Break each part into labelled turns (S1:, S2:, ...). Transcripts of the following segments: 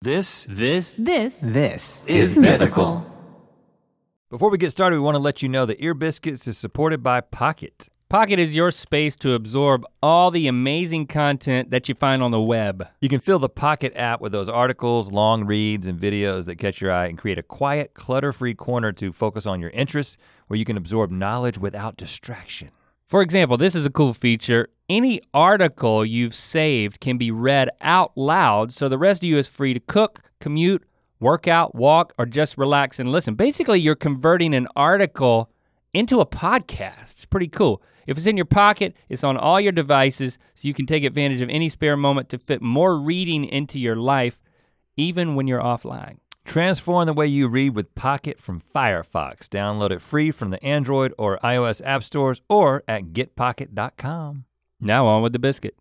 S1: This
S2: This
S3: This
S4: This
S2: is mythical.
S1: Before we get started, we want to let you know that Ear Biscuits is supported by Pocket.
S2: Pocket is your space to absorb all the amazing content that you find on the web.
S1: You can fill the Pocket app with those articles, long reads, and videos that catch your eye and create a quiet, clutter-free corner to focus on your interests where you can absorb knowledge without distraction.
S2: For example, this is a cool feature. Any article you've saved can be read out loud, so the rest of you is free to cook, commute, work out, walk, or just relax and listen. Basically, you're converting an article into a podcast. It's pretty cool. If it's in your pocket, it's on all your devices, so you can take advantage of any spare moment to fit more reading into your life, even when you're offline.
S1: Transform the way you read with Pocket from Firefox. Download it free from the Android or iOS app stores or at getpocket.com.
S2: Now on with the biscuit.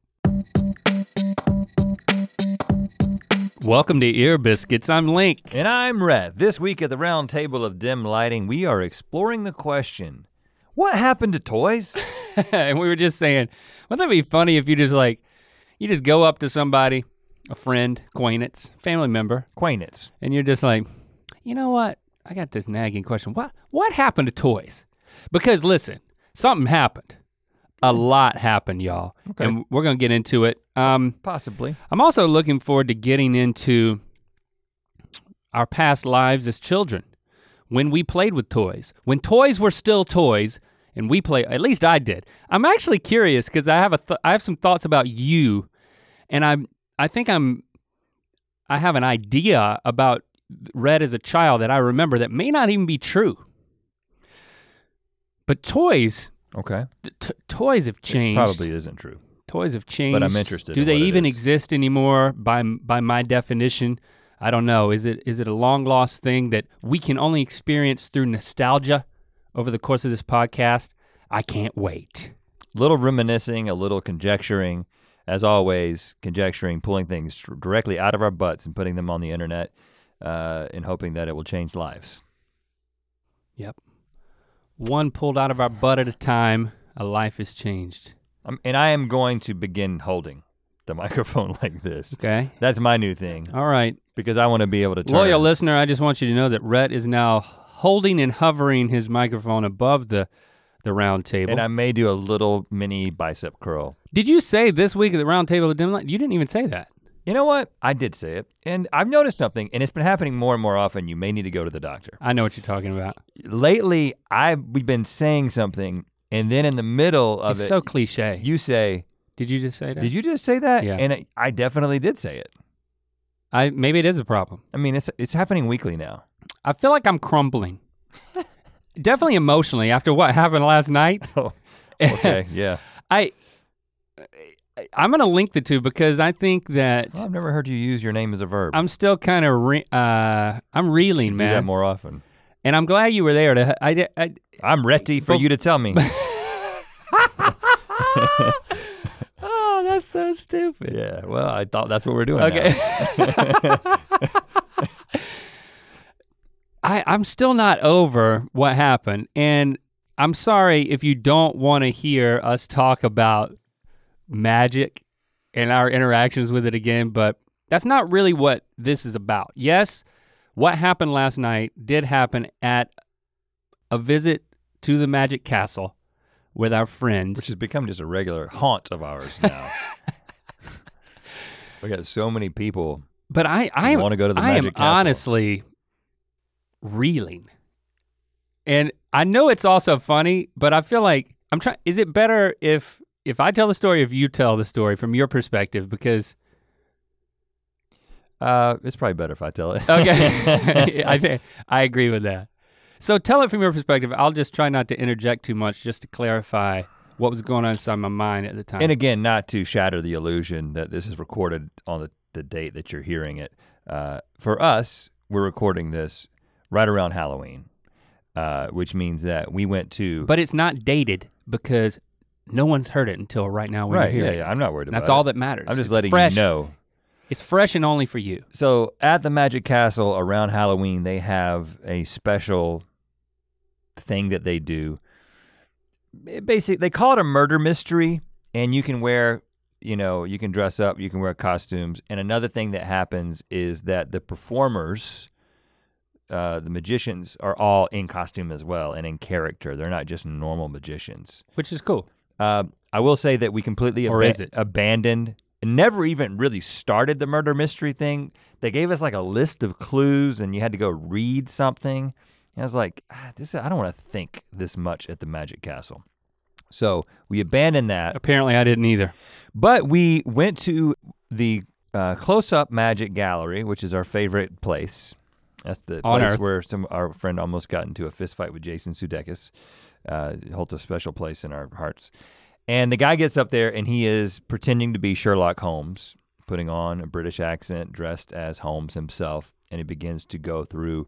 S2: Welcome to Ear Biscuits. I'm Link.
S1: And I'm Rhett. This week at the round table of dim lighting, we are exploring the question, what happened to toys?
S2: and we were just saying, wouldn't that be funny if you just like, you just go up to somebody, a friend, acquaintance, family member,
S1: Acquaintance.
S2: and you're just like, you know what? I got this nagging question. What what happened to toys? Because listen, something happened. A lot happened, y'all.
S1: Okay.
S2: And we're gonna get into it. Um,
S1: Possibly.
S2: I'm also looking forward to getting into our past lives as children when we played with toys, when toys were still toys and we play at least I did. I'm actually curious cuz I have a th- I have some thoughts about you and I am I think I'm I have an idea about Red as a child that I remember that may not even be true. But toys
S1: Okay.
S2: t- t- toys have changed
S1: Probably isn't true.
S2: toys have changed.
S1: But I'm interested
S2: Do
S1: in
S2: they
S1: what it
S2: even
S1: is.
S2: exist anymore? By by my definition, I don't know. Is it is it a long lost thing that we can only experience through nostalgia over the course of this podcast? I can't wait.
S1: Little reminiscing, a little conjecturing. As always, conjecturing, pulling things directly out of our butts and putting them on the internet uh, and hoping that it will change lives.
S2: Yep. One pulled out of our butt at a time, a life is changed.
S1: Um, and I am going to begin holding the microphone like this.
S2: Okay.
S1: That's my new thing
S2: All right.
S1: because I want to be able to turn.
S2: Loyal listener, I just want you to know that Rhett is now holding and hovering his microphone above the the round table.
S1: and I may do a little mini bicep curl. Did
S2: Did you say this week at the round table of dim light? You didn't even say that.
S1: you know what? I did say it, and I've noticed something, and it's been happening more and more often. You may need to go to the doctor.
S2: I know what you're talking about.
S1: Lately, I've we've been saying something, and then in the middle of
S2: it's
S1: it,
S2: so cliche.
S1: you say,
S2: did you just say that?
S1: "Did you just say that?"
S2: Yeah.
S1: And I, I definitely did say it.
S2: I maybe it is a problem.
S1: I mean, it's it's happening weekly now.
S2: I feel like I'm crumbling. Definitely emotionally after what happened last night.
S1: Oh, okay, yeah.
S2: I I- I'm gonna link the two because I think that
S1: Well, I've never heard you use your name as a verb.
S2: I'm still kind of re- uh I'm reeling,
S1: Should do that
S2: man.
S1: more often.
S2: And I'm glad you were there to I, di- I
S1: I'm ready for
S2: Well-
S1: you to tell me.
S2: Oh, that's so stupid.
S1: yeah. Well, I thought that's what we're doing. now.
S2: Okay. I, I'm still not over what happened. And I'm sorry if you don't want to hear us talk about magic and our interactions with it again, but that's not really what this is about. Yes, what happened last night did happen at a visit to the Magic Castle with our friends.
S1: which has become just a regular haunt of ours now. we got so many people.
S2: But I, I
S1: You
S2: am,
S1: wanna go to the
S2: I am
S1: Magic Castle.
S2: honestly reeling, and I know it's also funny, but I feel like I'm trying. Is it better if if I tell the story, if you tell the story from your perspective? Because
S1: Uh, it's probably better if I tell it.
S2: okay, I think I agree with that. So tell it from your perspective. I'll just try not to interject too much, just to clarify what was going on inside my mind at the time.
S1: and again, not to shatter the illusion that this is recorded on the, the date that you're hearing it. Uh, for us, we're recording this right around Halloween, uh, which means that we went to.
S2: but it's not dated because no one's heard it until right now when
S1: right,
S2: you're
S1: yeah,
S2: here.
S1: yeah, I'm not worried about
S2: That's
S1: it.
S2: all that matters.
S1: I'm just
S2: It's
S1: letting
S2: fresh.
S1: you know.
S2: It's fresh and only for you.
S1: So at the Magic Castle around Halloween, they have a special thing that they do. It basically, they call it a murder mystery, and you can wear you know, you can dress up, you can wear costumes. And another thing that happens is that the performers, uh, the magicians, are all in costume as well and in character. They're not just normal magicians.
S2: which is cool.
S1: Uh, I will say that we completely
S2: Or
S1: aba-
S2: is it?
S1: abandoned, never even really started the murder mystery thing. They gave us like a list of clues, and you had to go read something. And I was like, ah, this I don't want to think this much at the Magic Castle. So we abandoned that,
S2: Apparently, I didn't either.
S1: but we went to the uh, close-up Magic Gallery, which is our favorite place. That's the
S2: On
S1: place
S2: Earth.
S1: where some our friend almost got into a fist fight with Jason Sudeikis. Uh, it holds a special place in our hearts. And the guy gets up there and he is pretending to be Sherlock Holmes, putting on a British accent, dressed as Holmes himself, and he begins to go through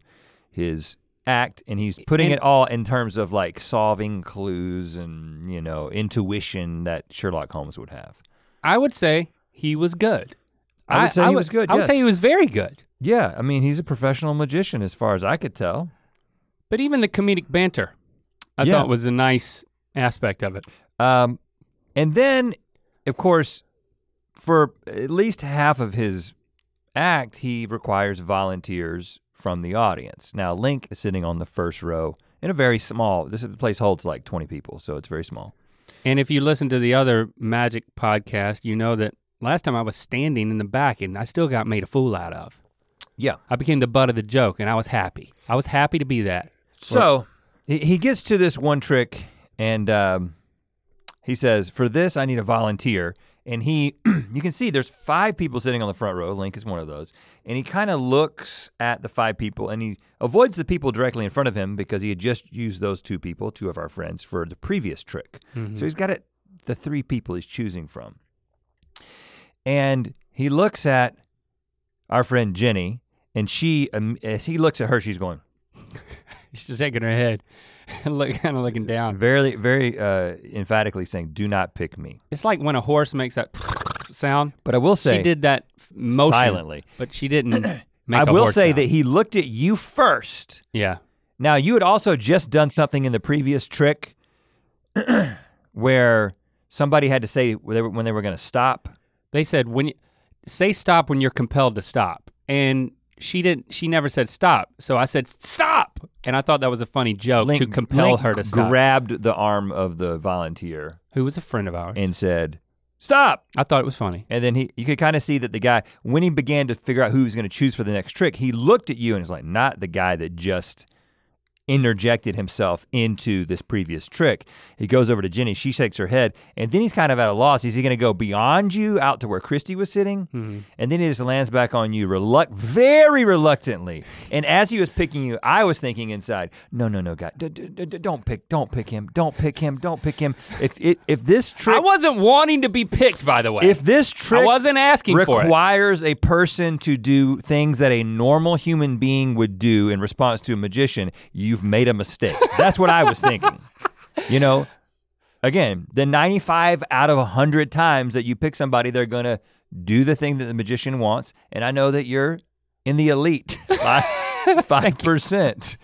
S1: his act and he's putting
S2: And-
S1: it all in terms of like solving clues and you know intuition that Sherlock Holmes would have.
S2: I would say he was good.
S1: I would say he was good,
S2: I would say he
S1: yes.
S2: was very good.
S1: Yeah, I mean he's a professional magician as far as I could tell.
S2: But even the comedic banter, I
S1: Yeah.
S2: thought was a nice aspect of it.
S1: Um, and then, of course, for at least half of his act, he requires volunteers from the audience. Now, Link is sitting on the first row in a very small. This is- place holds like 20 people, so it's very small.
S2: And if you listen to the other magic podcast, you know that last time I was standing in the back and I still got made a fool out of.
S1: Yeah.
S2: I became the butt of the joke and I was happy. I was happy to be that.
S1: So he, he gets to this one trick, and um, he says, "For this, I need a volunteer." And he, you can see, there's five people sitting on the front row. Link is one of those, and he kind of looks at the five people, and he avoids the people directly in front of him because he had just used those two people, two of our friends, for the previous trick. So he's got it, the three people he's choosing from, and he looks at our friend Jenny, and she, um, as he looks at her, she's going.
S2: She's just shaking her head and look, kind of looking down.
S1: very very uh, emphatically saying do not pick me
S2: It's like when a horse makes that sound.
S1: but i will say
S2: she did that f- motion,
S1: silently
S2: but she didn't make
S1: i
S2: a
S1: will
S2: horse
S1: say
S2: sound.
S1: that he looked at you first
S2: Yeah.
S1: now you had also just done something in the previous trick where somebody had to say when they were, when they were going to stop
S2: They said when you, say stop when you're compelled to stop. And she didn't she never said stop. So I said stop. And I thought that was a funny joke to compel
S1: Link
S2: her to stop.
S1: grabbed the arm of the volunteer
S2: who was a friend of ours.
S1: and said stop
S2: I thought it was funny.
S1: and then he you could kind of see that the guy when he began to figure out who he was going to choose for the next trick he looked at you and was like not the guy that just interjected himself into this previous trick he goes over to jenny she shakes her head and then he's kind of at a loss is he going to go beyond you out to where christy was sitting
S2: Mm-hmm.
S1: and then he just lands back on you reluct- very reluctantly and as he was picking you i was thinking inside no no no guy d- d- d- d- don't pick don't pick him don't pick him don't pick him if it, if this trick
S2: I wasn't wanting to be picked by the way.
S1: if this trick
S2: I wasn't asking for it.
S1: requires a person to do things that a normal human being would do in response to a magician, you've made a mistake. That's what I was thinking. You know, again, the 95 out of 100 times that you pick somebody, they're going to do the thing that the magician wants. And I know that you're in the elite, Fi- 5%,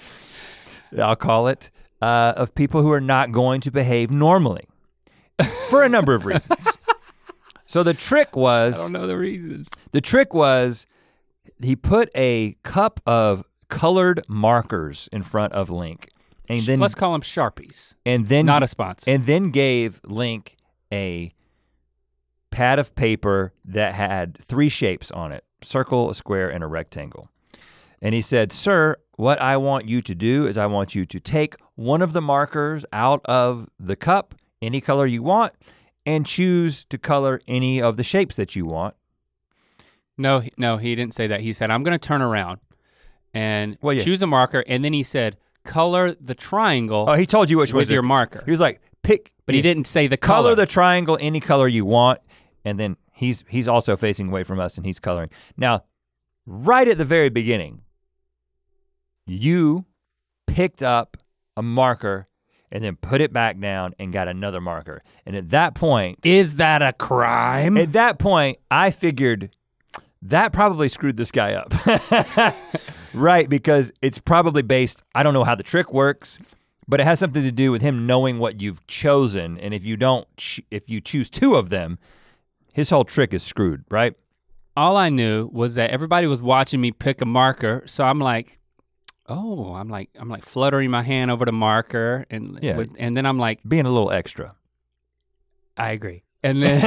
S1: I'll call it, uh, of people who are not going to behave normally for a number of reasons. So the trick was
S2: I don't know the reasons.
S1: the trick was he put a cup of colored markers in front of Link, and then
S2: Let's call them Sharpies.
S1: and then
S2: Not a sponsor.
S1: and then gave Link a pad of paper that had three shapes on it: circle, a square, and a rectangle. And he said, "Sir, what I want you to do is I want you to take one of the markers out of the cup, any color you want, and choose to color any of the shapes that you want."
S2: No, he- no, he didn't say that. He said, I'm going to turn around and
S1: Well, yeah.
S2: choose a marker. And then he said, color the triangle
S1: Oh, he told you which was
S2: with your marker.
S1: He was like, pick.
S2: But he didn't say the
S1: color,
S2: color.
S1: the triangle any color you want, and then he's he's also facing away from us and he's coloring. Now, right at the very beginning, you picked up a marker and then put it back down and got another marker. And at that point,
S2: Is that a crime?
S1: at that point, I figured that probably screwed this guy up. right, because it's probably based, I don't know how the trick works, but it has something to do with him knowing what you've chosen. And if you don't, ch- if you choose two of them, his whole trick is screwed, right?
S2: All I knew was that everybody was watching me pick a marker, so I'm like, oh, I'm like, I'm like fluttering my hand over the marker, and
S1: Yeah.
S2: with- and then I'm like,
S1: Being a little extra.
S2: I agree, and then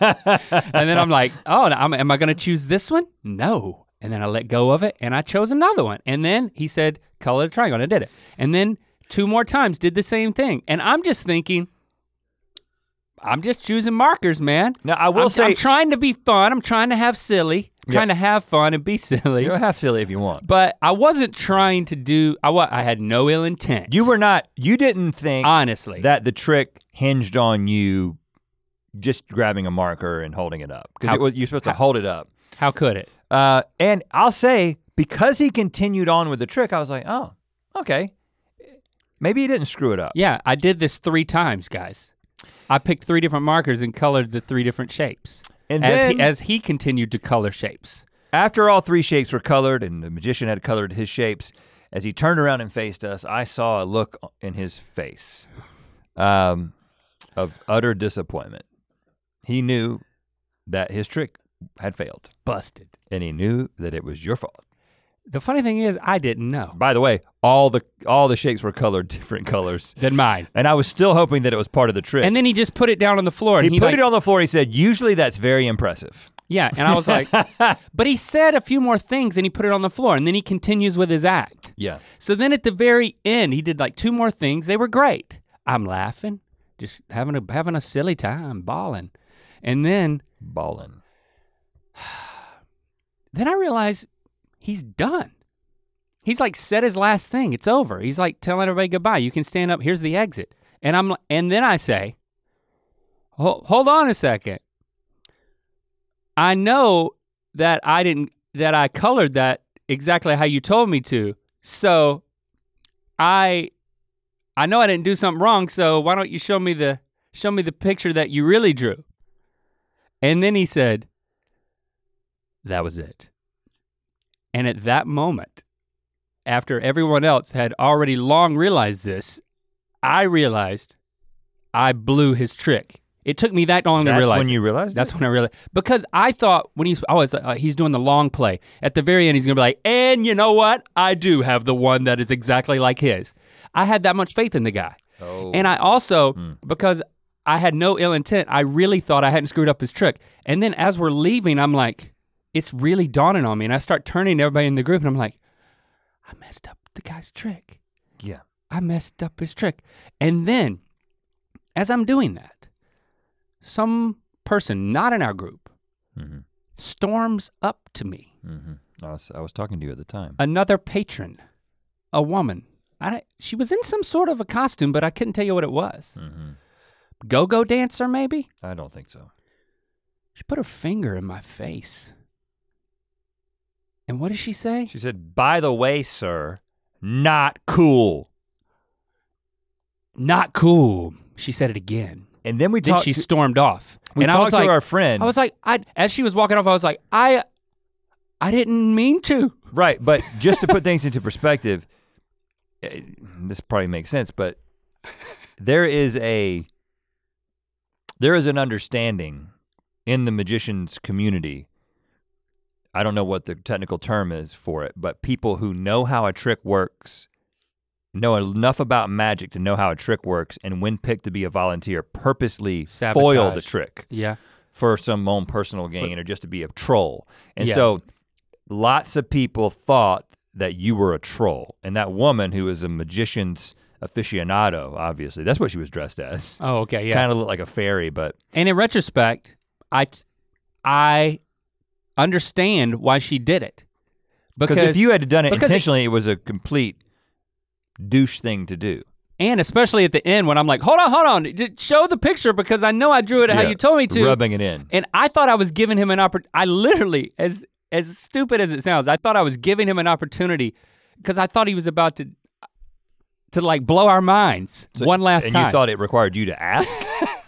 S2: and then I'm like, oh, and I'm, am I gonna choose this one? No. And then I let go of it and I chose another one. And then he said, color the triangle, and I did it. And then two more times did the same thing. And I'm just thinking, I'm just choosing markers, man.
S1: Now I will
S2: I'm,
S1: say
S2: I'm trying to be fun. I'm trying to have silly. I'm
S1: Yeah.
S2: trying to have fun and be silly.
S1: you're half silly if you want.
S2: But I wasn't trying to do. I wa- I had no ill intent.
S1: You were not. You didn't think
S2: honestly.
S1: that the trick hinged on you just grabbing a marker and holding it up
S2: How-
S1: because you're supposed to
S2: how-
S1: hold it up.
S2: how could it?
S1: Uh, and I'll say because he continued on with the trick, I was like, oh, okay, maybe he didn't screw it up.
S2: Yeah, I did this three times, guys. I picked three different markers and colored the three different shapes.
S1: And
S2: as,
S1: then
S2: he, as he continued to color shapes.
S1: after all three shapes were colored and the magician had colored his shapes, as he turned around and faced us, I saw a look in his face um, of utter disappointment. He knew that his trick had failed,
S2: Busted.
S1: and he knew that it was your fault.
S2: The funny thing is, I didn't know.
S1: By the way, all the all the shapes were colored different colors,
S2: Than mine.
S1: and I was still hoping that it was part of the trick.
S2: And then he just put it down on the floor. And
S1: he,
S2: he,
S1: put
S2: like,
S1: it on the floor. He said, "Usually that's very impressive."
S2: Yeah, and I was like, but he said a few more things and he put it on the floor. And then he continues with his act.
S1: Yeah,
S2: So then at the very end, he did like two more things. They were great. I'm laughing, just having a having a silly time, balling. And then
S1: ballin'.
S2: then I realized he's done. He's like said his last thing. It's over. He's like telling everybody goodbye. You can stand up. Here's the exit. And I'm li- and then I say, "Ho- "Hold on a second. I know that I didn't that I colored that exactly how you told me to. So I I know I didn't do something wrong, so why don't you show me the show me the picture that you really drew?" And then he said, that was it. And at that moment, after everyone else had already long realized this, I realized I blew his trick. It took me that long to
S1: That's
S2: realize.
S1: when
S2: it.
S1: you realized.
S2: That's
S1: it?
S2: when I realized because I thought when he's always uh, he's doing the long play at the very end he's gonna be like, and you know what? I do have the one that is exactly like his. I had that much faith in the guy,
S1: Oh.
S2: and I also
S1: Hmm.
S2: because I had no ill intent. I really thought I hadn't screwed up his trick. And then as we're leaving, I'm like, it's really dawning on me, and I start turning to everybody in the group, and I'm like, I messed up the guy's trick.
S1: yeah.
S2: I messed up his trick. And then, as I'm doing that, some person not in our group
S1: Mhm.
S2: storms up to me.
S1: hmm I was I was talking to you at the time.
S2: Another patron, a woman. I, don't- she was in some sort of a costume, but I couldn't tell you what it was.
S1: hmm
S2: Go go dancer, maybe?
S1: I don't think so.
S2: She put her finger in my face. And what does she say?
S1: She said, "By the way, sir, not cool."
S2: Not cool. She said it again.
S1: And then we
S2: Then
S1: talked.
S2: she
S1: to,
S2: stormed off.
S1: we
S2: and I
S1: talked
S2: was
S1: to
S2: like,
S1: our friend.
S2: I was like, I as she was walking off, I was like, I, I didn't mean to.
S1: right, but just to put things into perspective, eh, this probably makes sense. But there is a there is an understanding in the magicians community. I don't know what the technical term is for it, but people who know how a trick works know enough about magic to know how a trick works and when picked to be a volunteer purposely foil the
S2: Sabotage.
S1: trick
S2: Yeah.
S1: for some own personal gain or just to be a troll. And
S2: Yeah.
S1: so lots of people thought that you were a troll. And that woman who is a magician's aficionado, obviously, that's what she was dressed as.
S2: Oh, okay. Yeah.
S1: Kind of looked like a fairy, but
S2: and in retrospect, I, t- I, understand why she did it, because,
S1: because if you had done it
S2: because it-
S1: intentionally, it, was a complete douche thing to do.
S2: and especially at the end when I'm like, hold on, hold on, d- show the picture because I know I drew it how
S1: Yeah,
S2: you told me to,
S1: Rubbing it in.
S2: and I thought I was giving him an opportunity. I literally, as as stupid as it sounds, I thought I was giving him an opportunity because I thought he was about to. to like blow our minds
S1: So-
S2: one last
S1: and
S2: time.
S1: you thought it required you to ask.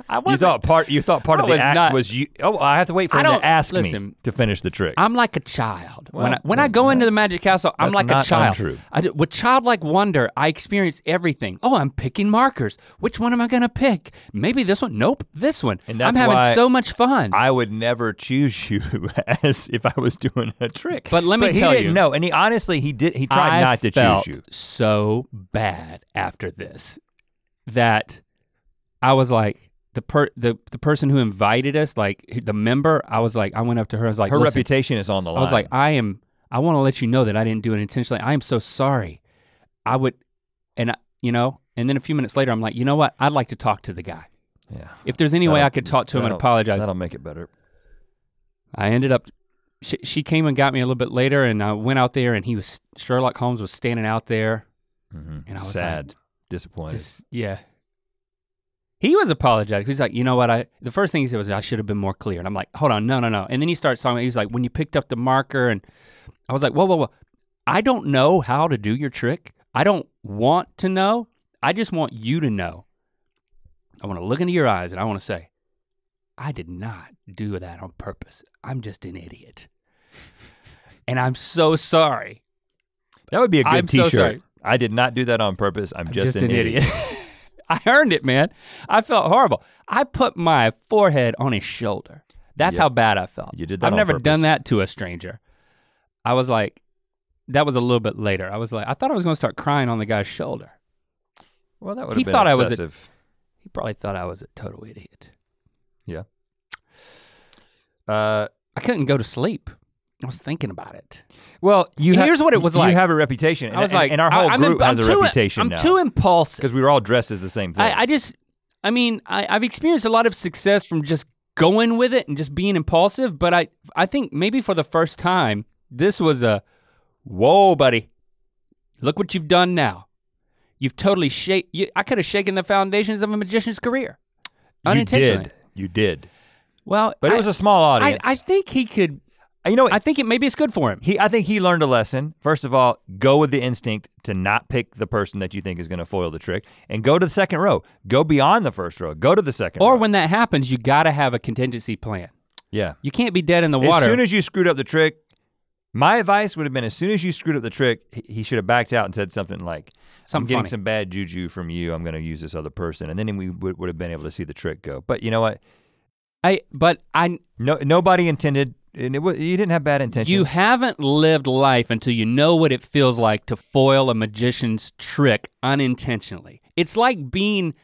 S2: I
S1: you
S2: wasn't-
S1: thought part. You thought part
S2: I
S1: of the
S2: was
S1: act
S2: not-
S1: was you. Oh, I have to wait for
S2: I
S1: him
S2: don't-
S1: to ask me
S2: listen.
S1: to finish the trick.
S2: I'm like a child. when
S1: Well,
S2: I, when I go into the Magic Castle, I'm
S1: that's
S2: like
S1: not
S2: a child.
S1: untrue.
S2: I do- with childlike wonder, I experience everything. Oh, I'm picking markers. Which one am I gonna pick? Maybe this one. Nope, this one.
S1: And that's
S2: I'm having
S1: why
S2: so much fun.
S1: I would never choose you as if I was doing a trick.
S2: But let me
S1: he
S2: tell
S1: didn't
S2: you-
S1: know, and he honestly he did. He tried
S2: I
S1: not to
S2: felt
S1: choose you.
S2: So bad after this that I was like the per the the person who invited us, like the member. I was like, I went up to her. I was like,
S1: Her
S2: "Listen,
S1: reputation is on the line.
S2: I was like, I am. I want to let you know that I didn't do it intentionally. I am so sorry. I would, and I, you know, and then a few minutes later, I'm like, you know what? I'd like to talk to the guy.
S1: yeah.
S2: If there's any way
S1: That'll-
S2: I could talk to him and
S1: that'll-
S2: apologize,
S1: That'll make it better.
S2: I ended up. She, she came and got me a little bit later, and I went out there, and he was Sherlock Holmes was standing out there,
S1: Mhm.
S2: and I was
S1: sad,
S2: like,
S1: disappointed.
S2: just- yeah. He was apologetic. He's like, you know what? I the first thing he said was, I should have been more clear. And I'm like, hold on, no, no, no. And then he starts talking. He's like, when you picked up the marker, and I was like, whoa, whoa, whoa. I don't know how to do your trick. I don't want to know. I just want you to know. I want to look into your eyes and I want to say, I did not do that on purpose. I'm just an idiot. and I'm so sorry.
S1: that would be a good
S2: I'm so
S1: T-shirt.
S2: sorry.
S1: I did not do that on purpose. I'm,
S2: I'm
S1: just, an, idiot.
S2: I earned it, man. I felt horrible. I put my forehead on his shoulder. That's
S1: Yep.
S2: how bad I felt.
S1: You did that
S2: I've
S1: on
S2: never
S1: purpose.
S2: done that to a stranger. I was like, that was a little bit later. I was like, I thought I was gonna start crying on the guy's shoulder.
S1: well, that would
S2: He
S1: have been
S2: thought I was a-
S1: excessive.
S2: He probably thought I was a total idiot.
S1: uh,
S2: I couldn't go to sleep. I was thinking about it.
S1: well, you ha-
S2: Here's what it was
S1: you
S2: like.
S1: have a reputation.
S2: I was
S1: and,
S2: like,
S1: and our
S2: I-
S1: whole
S2: I'm
S1: group
S2: im-
S1: has
S2: I'm
S1: a
S2: too-
S1: reputation
S2: I'm
S1: now
S2: too impulsive.
S1: because we were all dressed as the same thing.
S2: I, I just, I mean, I, I've experienced a lot of success from just going with it and just being impulsive, but I, I think maybe for the first time, this was a, whoa, buddy, look what you've done now. You've totally shake. You, I could have shaken the foundations of a magician's career,
S1: you
S2: unintentionally.
S1: did. You did.
S2: Well,
S1: But
S2: I,
S1: it was a small
S2: I,
S1: audience.
S2: I think he could.
S1: you know what?
S2: I think it maybe it's good for him.
S1: He, I think he learned a lesson. First of all, go with the instinct to not pick the person that you think is going to foil the trick, and go to the second row. Go beyond the first row. Go to the second.
S2: Or
S1: row.
S2: when that happens, you gotta have a contingency plan.
S1: yeah.
S2: You can't be dead in the water.
S1: As soon as you screwed up the trick, my advice would have been: as soon as you screwed up the trick, he- he should have backed out and said something like, "I'm
S2: Something
S1: getting
S2: funny.
S1: some bad juju from you. I'm going to use this other person," and then we would, would have been able to see the trick go. But you know what?
S2: I, but I,
S1: No, nobody intended. And it, wa- you didn't have bad intentions.
S2: You haven't lived life until you know what it feels like to foil a magician's trick unintentionally. It's like being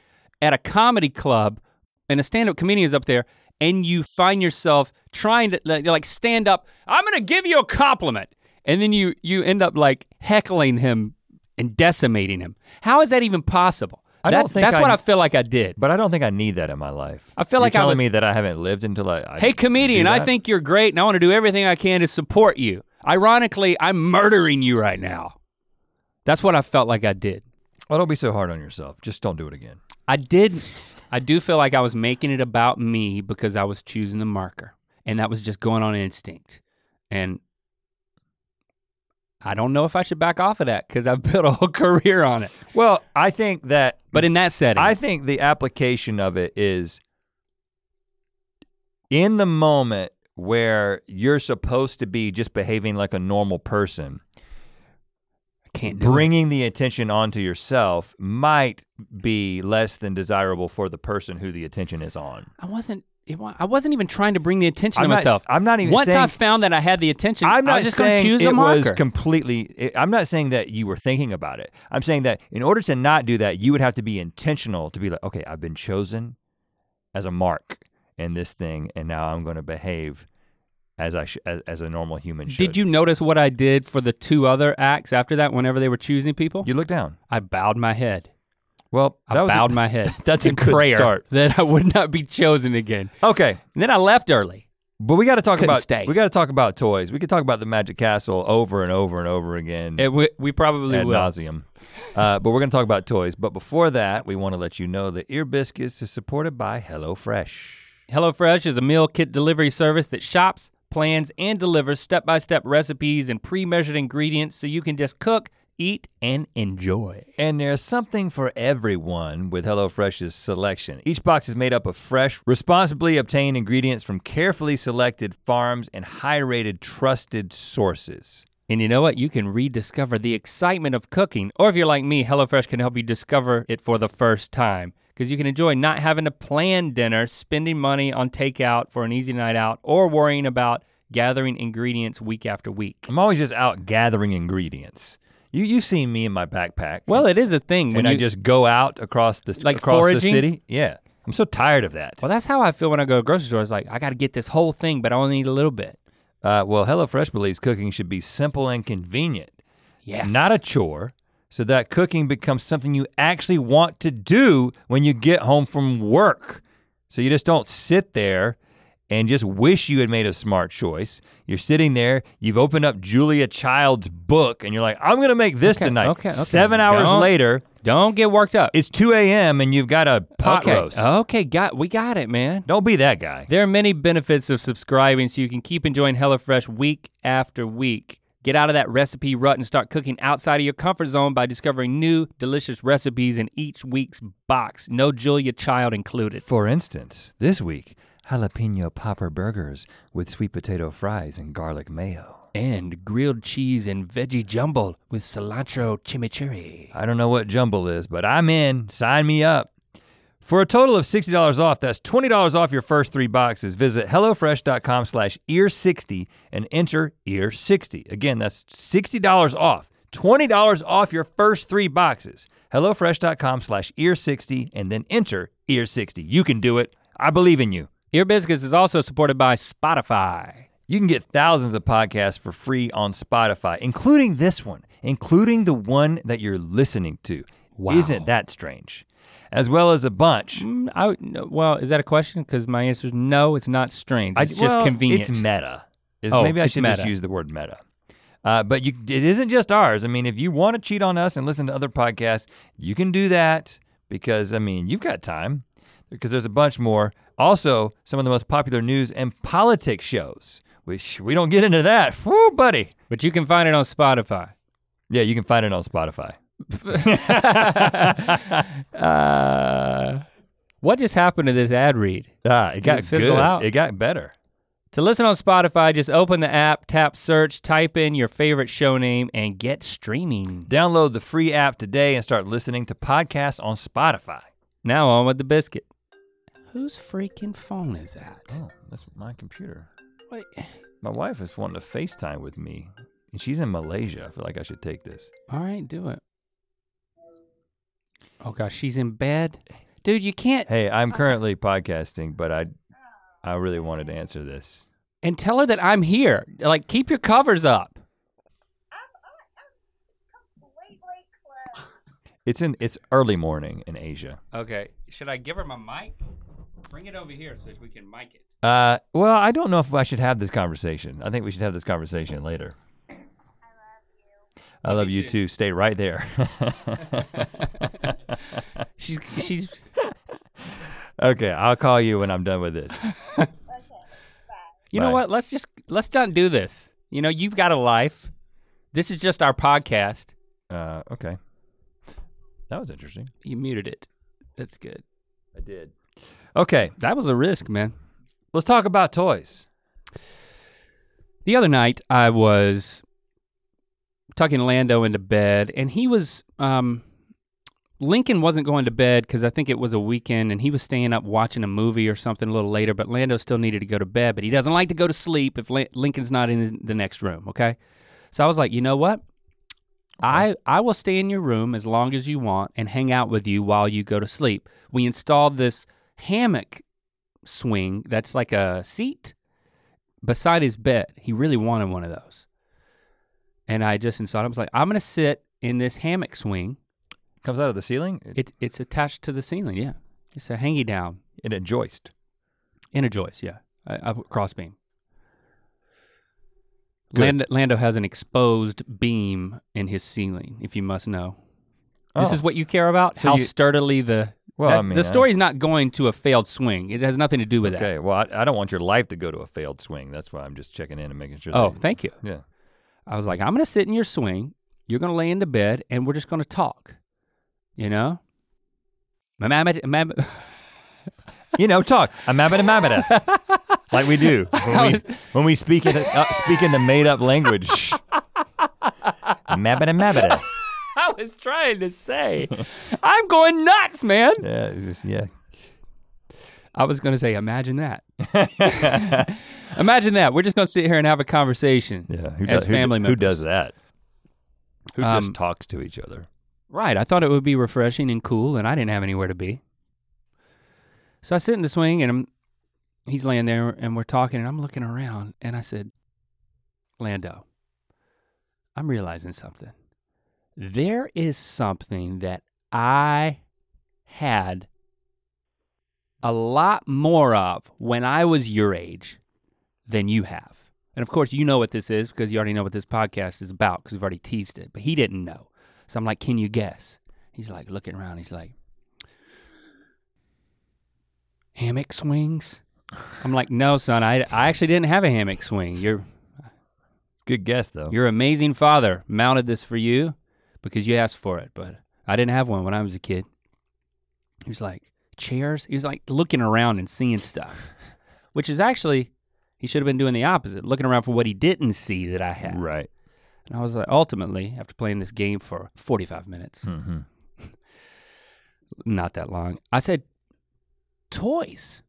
S2: at a comedy club and a stand up comedian is up there and you find yourself trying to like, like stand up, I'm gonna give you a compliment. And then you you end up like heckling him and decimating him. How is that even possible?
S1: I don't
S2: That's-
S1: think
S2: that's
S1: I-
S2: what I feel like I did.
S1: But I don't think I need that in my life.
S2: I feel
S1: You're
S2: like I
S1: telling
S2: was-
S1: me that I haven't lived until I. I
S2: Hey, comedian,
S1: do
S2: I
S1: that?
S2: think you're great and I want to do everything I can to support you. Ironically, I'm murdering you right now. That's what I felt like I did.
S1: Well, Oh, don't be so hard on yourself. Just don't do it again.
S2: I did, I do feel like I was making it about me because I was choosing the marker and that was just going on instinct. And I don't know if I should back off of that because I've built a whole career on it.
S1: Well, I think that
S2: But in that setting,
S1: I think the application of it is in the moment where you're supposed to be just behaving like a normal person,
S2: can't do it.
S1: bringing the attention onto yourself might be less than desirable for the person who the attention is on.
S2: I wasn't. it wa- I wasn't even trying to bring the attention
S1: I'm
S2: to
S1: not-
S2: myself.
S1: I'm not even
S2: Once I
S1: saying-
S2: found that I had the attention,
S1: I'm not
S2: I was just
S1: saying
S2: going to choose
S1: it
S2: a marker.
S1: was completely. it- I'm not saying that you were thinking about it. I'm saying that in order to not do that, you would have to be intentional to be like, okay, I've been chosen as a mark in this thing, and now I'm going to behave as I sh- as, as a normal human should.
S2: Did you notice what I did for the two other acts after that? Whenever they were choosing people,
S1: You look down.
S2: I bowed my head.
S1: Well,
S2: I
S1: that was a-
S2: bowed my head.
S1: That's a
S2: in
S1: good
S2: prayer
S1: start.
S2: that I would not be chosen again.
S1: Okay,
S2: And then I left early.
S1: but we got to talk
S2: Couldn't
S1: about
S2: stay.
S1: we got to talk about toys. We could talk about the Magic Castle over and over and over again.
S2: It, we, we probably
S1: ad
S2: will.
S1: nauseum. Uh, but we're going to talk about toys. But before that, we want to let you know that Ear Biscuits is supported by HelloFresh.
S2: HelloFresh is a meal kit delivery service that shops, plans, and delivers step by step recipes and pre measured ingredients so you can just cook eat, and enjoy.
S1: And there's something for everyone with HelloFresh's selection. Each box is made up of fresh, responsibly obtained ingredients from carefully selected farms and high rated, trusted sources.
S2: And you know what? You can rediscover the excitement of cooking. Or if you're like me, HelloFresh can help you discover it for the first time. Because you can enjoy not having to plan dinner, spending money on takeout for an easy night out, or worrying about gathering ingredients week after week.
S1: I'm always just out gathering ingredients. You you've seen me in my backpack.
S2: Well, it is a thing.
S1: when I
S2: you-
S1: just go out across the
S2: Like
S1: across
S2: foraging?
S1: the city. Yeah. I'm so tired of that.
S2: well, that's how I feel when I go to grocery stores. Like, I gotta get this whole thing, but I only need a little bit.
S1: Uh, well, HelloFresh believes cooking should be simple and convenient,
S2: Yes.
S1: not a chore, so that cooking becomes something you actually want to do when you get home from work. So you just don't sit there and just wish you had made a smart choice. You're sitting there, you've opened up Julia Child's book, and you're like, I'm gonna make this
S2: Okay,
S1: tonight.
S2: okay, okay.
S1: Seven hours
S2: Don't-
S1: later,
S2: Don't get worked up.
S1: it's 2 a.m. and you've got a pot
S2: okay. oh.
S1: roast.
S2: Okay, got we got it, man.
S1: Don't be that guy.
S2: There are many benefits of subscribing so you can keep enjoying HelloFresh week after week. Get out of that recipe rut and start cooking outside of your comfort zone by discovering new delicious recipes in each week's box, no Julia Child included.
S1: For instance, this week, jalapeno popper burgers with sweet potato fries and garlic mayo.
S2: And grilled cheese and veggie jumble with cilantro chimichurri.
S1: I don't know what jumble is, but I'm in. Sign me up. For a total of $60 off, that's $20 off your first three boxes. Visit HelloFresh.com slash ear60 and enter ear60. Again, that's $60 off. $20 off your first three boxes. HelloFresh.com slash ear60 and then enter ear60. You can do it. I believe in you.
S2: Ear Biscuits is also supported by Spotify.
S1: You can get thousands of podcasts for free on Spotify, including this one, including the one that you're listening to.
S2: Wow.
S1: Isn't that strange? As well as a bunch.
S2: Mm, I would- no, well, is that a question? Because my answer is no, it's not strange.
S1: I-
S2: It's just
S1: well,
S2: convenient.
S1: It's meta. Is-
S2: Oh,
S1: maybe I
S2: it's
S1: should just
S2: meta.
S1: use the word meta. Uh, but you, it isn't just ours. I mean, if you want to cheat on us and listen to other podcasts, you can do that because, I mean, you've got time because there's a bunch more. Also, some of the most popular news and politics shows, which we don't get into that. Whew, buddy.
S2: but you can find it on Spotify.
S1: Yeah, you can find it on Spotify.
S2: uh, what just happened to this ad read?
S1: Ah, it got
S2: it fizzle
S1: good.
S2: out?
S1: It got better.
S2: To listen on Spotify, just open the app, tap search, type in your favorite show name, and get streaming.
S1: Download the free app today and start listening to podcasts on Spotify.
S2: Now on with the biscuit. Whose freaking phone is that?
S1: Oh, that's my computer.
S2: Wait.
S1: My wife is wanting to FaceTime with me, and she's in Malaysia. I feel like I should take this.
S2: All right, do it. Oh gosh, she's in bed. Dude, you can't.
S1: Hey, I'm currently podcasting, but I, I really wanted to answer this.
S2: And tell her that I'm here. Like, keep your covers up.
S1: It's in. It's early morning in Asia.
S2: Okay. Should I give her my mic? Bring it over here so we can mic it.
S1: Uh, well, I don't know if I should have this conversation. I think we should have this conversation later. I love you too. Stay right there.
S2: She's she's
S1: okay, I'll call you when I'm done with this.
S2: You
S1: Right.
S2: know what? Let's just let's not do this. You know, you've got a life. This is just our podcast.
S1: Uh, okay. That was interesting.
S2: You muted it. That's good.
S1: I did. Okay,
S2: That was a risk, man.
S1: let's talk about toys.
S2: The other night I was tucking Lando into bed and he was um Lincoln wasn't going to bed cuz I think it was a weekend and he was staying up watching a movie or something a little later, but Lando still needed to go to bed, but he doesn't like to go to sleep if Lin- Lincoln's not in the next room, okay? So I was like, "You know what? I I will stay in your room as long as you want and hang out with you while you go to sleep." We installed this hammock swing that's like a seat beside his bed. He really wanted one of those. And I just installed it. I was like, I'm gonna sit in this hammock swing.
S1: Comes out of the ceiling it,
S2: It's it's attached to the ceiling, yeah. It's a hangy down
S1: in a joist.
S2: in a joist, yeah. A, a crossbeam.
S1: Good.
S2: Land, Lando has an exposed beam in his ceiling, if you must know. This
S1: Oh.
S2: is what you care about?
S1: So
S2: How
S1: you-
S2: sturdily the
S1: Well,
S2: that's-
S1: I mean,
S2: the
S1: I-
S2: story's not going to a failed swing. It has nothing to do with that.
S1: Okay, well, I, I don't want your life to go to a failed swing. That's why I'm just checking in and making sure.
S2: Oh,
S1: that-
S2: thank you.
S1: yeah.
S2: I was like, I'm gonna sit in your swing You're gonna lay in the bed and we're just gonna talk. You know? Ma- ma- ma- ma-
S1: You know, talk. A mabada mabada. like we do when we,
S2: was-
S1: when we speak in the, uh, speak in the made up language. mabada mabada.
S2: I was trying to say. I'm going nuts, man.
S1: Yeah, it was- yeah.
S2: I was gonna say, imagine that. imagine that. We're just gonna sit here and have a conversation.
S1: Yeah, who
S2: As
S1: does, who-
S2: family
S1: who,
S2: members.
S1: does that? Who
S2: Um,
S1: just talks to each other?
S2: Right. I thought it would be refreshing and cool, and I didn't have anywhere to be. So I sit in the swing, and I'm, he's laying there, and we're talking, and I'm looking around, and I said, Lando, I'm realizing something. There is something that I had a lot more of when I was your age than you have. And of course, you know what this is because you already know what this podcast is about because we've already teased it, but he didn't know. So I'm like, can you guess? He's like looking around. He's like, hammock swings? I'm like, no, son, I, I actually didn't have a hammock swing. Your,
S1: Good guess though.
S2: your amazing father mounted this for you because you asked for it, but I didn't have one when I was a kid. He was like, chairs? He was like looking around and seeing stuff, which is actually, he should have been doing the opposite, looking around for what he didn't see that I had.
S1: right.
S2: And I was like, ultimately, after playing this game for 45 minutes,
S1: hmm
S2: not that long. I said toys.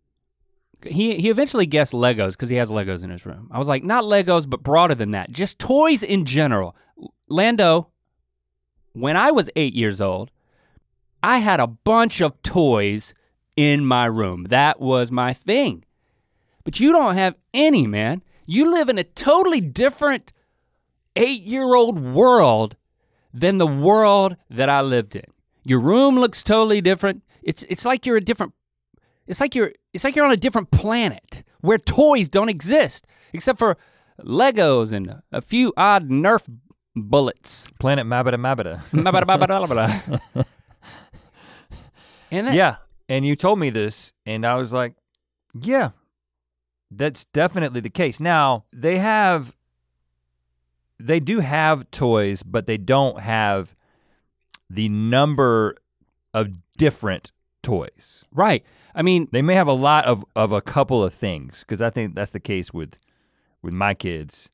S2: He he eventually guessed Legos because he has Legos in his room. I was like, not Legos, but broader than that, just toys in general. Lando, when I was eight years old, I had a bunch of toys in my room. That was my thing. But you don't have any, man. You live in a totally different eight year old world than the world that I lived in. Your room looks totally different. It's it's like you're a different it's like you're it's like you're on a different planet where toys don't exist except for Legos and a few odd Nerf bullets.
S1: Planet Mabada Mabada.
S2: Blah, blah, blah, blah, blah, blah. and that,
S1: yeah, and you told me this, and I was like, yeah, that's definitely the case. Now they have, they do have toys, but they don't have the number of different toys.
S2: right. I mean,
S1: They may have a lot of of a couple of things because I think that's the case with with my kids.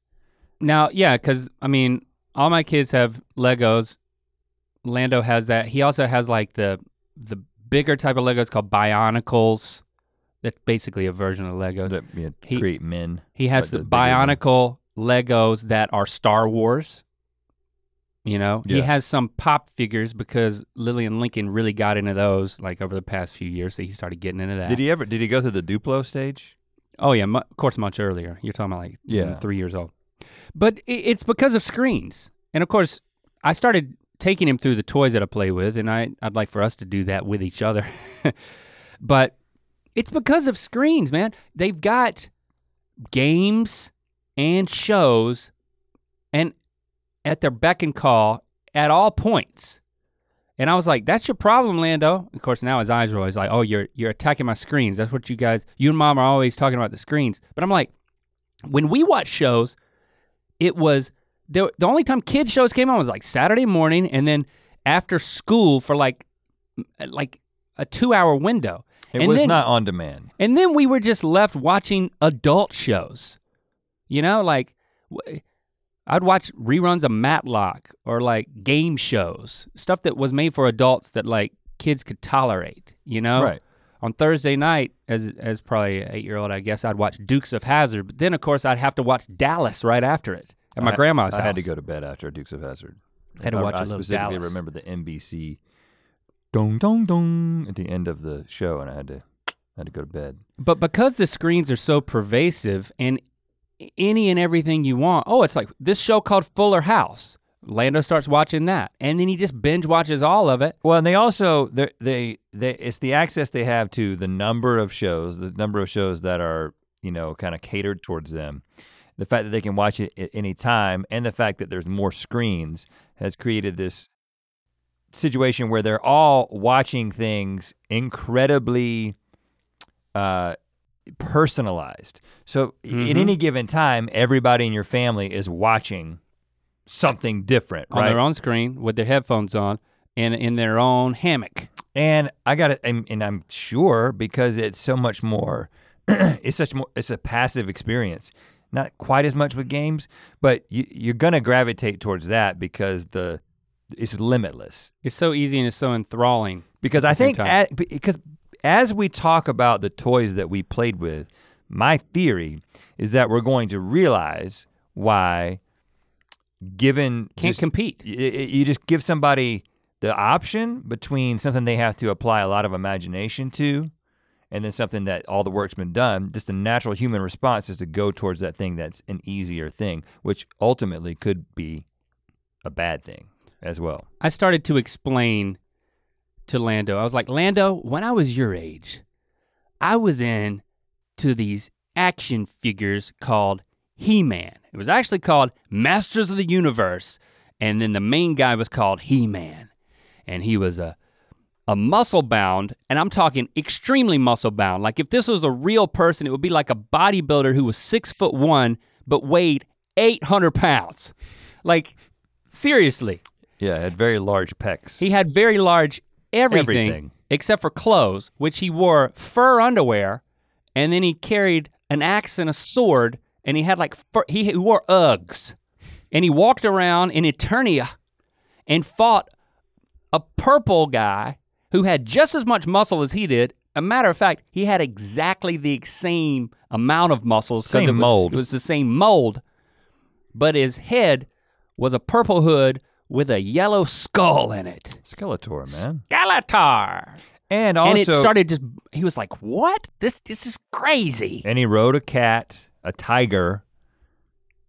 S2: Now, yeah, because I mean, all my kids have Legos. Lando has that. He also has like the the bigger type of Legos called Bionicles. That's basically a version of Legos.
S1: that you know,
S2: He-
S1: create men.
S2: he has
S1: like
S2: the,
S1: the bigger one.
S2: Bionicle Legos that are Star Wars. You know, he
S1: Yeah.
S2: has some pop figures because Lillian Lincoln really got into those like over the past few years. So he started getting into that.
S1: Did he ever? Did he go through the Duplo stage?
S2: Oh yeah, mu- of course, much earlier. You're talking about like
S1: Yeah.
S2: three years old. But i it's because of screens, and of course, I started taking him through the toys that I play with, and I I'd like for us to do that with each other. but it's because of screens, man. They've got games and shows, and at their beck and call at all points. And I was like, "That's your problem, Lando." Of course, now his eyes are always like, "Oh, you're you're attacking my screens. That's what you guys, you and mom are always talking about the screens." But I'm like, when we watch shows, it was the the only time kid shows came on was like Saturday morning, and then after school for like like a two hour window.
S1: It
S2: And
S1: was
S2: then-
S1: not on demand.
S2: And then we were just left watching adult shows. You know, like w- I'd watch reruns of Matlock or like game shows, stuff that was made for adults that like kids could tolerate, you know?
S1: Right.
S2: On Thursday night, as as probably an eight year old, I guess I'd watch Dukes of Hazard, but then of course I'd have to watch Dallas right after it at my
S1: I-
S2: grandma's
S1: I
S2: house.
S1: had to go to bed after Dukes of Hazard.
S2: I had to watch a
S1: I
S2: little
S1: specifically
S2: Dallas.
S1: remember the NBC dong dong dong at the end of the show, and I had to I had to go to bed.
S2: But because the screens are so pervasive and any and everything you want, oh, it's like this show called Fuller House. Lando starts watching that, and then he just binge watches all of it.
S1: Well, and they also they they they it's the access they have to the number of shows, the number of shows that are you know kind of catered towards them. The fact that they can watch it at any time, and the fact that there's more screens, has created this situation where they're all watching things incredibly uh, personalized. So,
S2: Mhm.
S1: at any given time, everybody in your family is watching something different,
S2: on
S1: right?
S2: their own screen with their headphones on and in their own hammock.
S1: And I got it, and, and I'm sure because it's so much more. it's such more. It's a passive experience, not quite as much with games, but you, you're gonna gravitate towards that because the it's limitless.
S2: It's so easy and it's so enthralling.
S1: Because
S2: At
S1: I
S2: the same
S1: think
S2: time.
S1: a- because as we talk about the toys that we played with, my theory is that we're going to realize why, given
S2: Can't
S1: just-
S2: compete.
S1: y- y- you just give somebody the option between something they have to apply a lot of imagination to and then something that all the work's been done just the natural human response is to go towards that thing that's an easier thing which ultimately could be a bad thing as well
S2: I started to explain to Lando. I was like, Lando, when I was your age, I was in to these action figures called He-Man. It was actually called Masters of the Universe, and then the main guy was called He-Man, and he was a a muscle bound, and I'm talking extremely muscle bound. Like if this was a real person, it would be like a bodybuilder who was six foot one but weighed 800 pounds. Like seriously.
S1: yeah had very large pecs
S2: He had very large everything,
S1: Everything.
S2: except for clothes, which he wore fur underwear, and then he carried an axe and a sword, and he had like fur, he, he wore Uggs, and he walked around in Eternia, and fought a purple guy who had just as much muscle as he did. A matter of fact, he had exactly the same amount of muscles. 'cause
S1: Same
S2: it was-
S1: mold.
S2: It was the same mold, but his head was a purple hood with a yellow skull in it.
S1: skeletor man
S2: Skeletor.
S1: and also
S2: and it started just he was like, "What? This this is crazy."
S1: and he rode a cat a tiger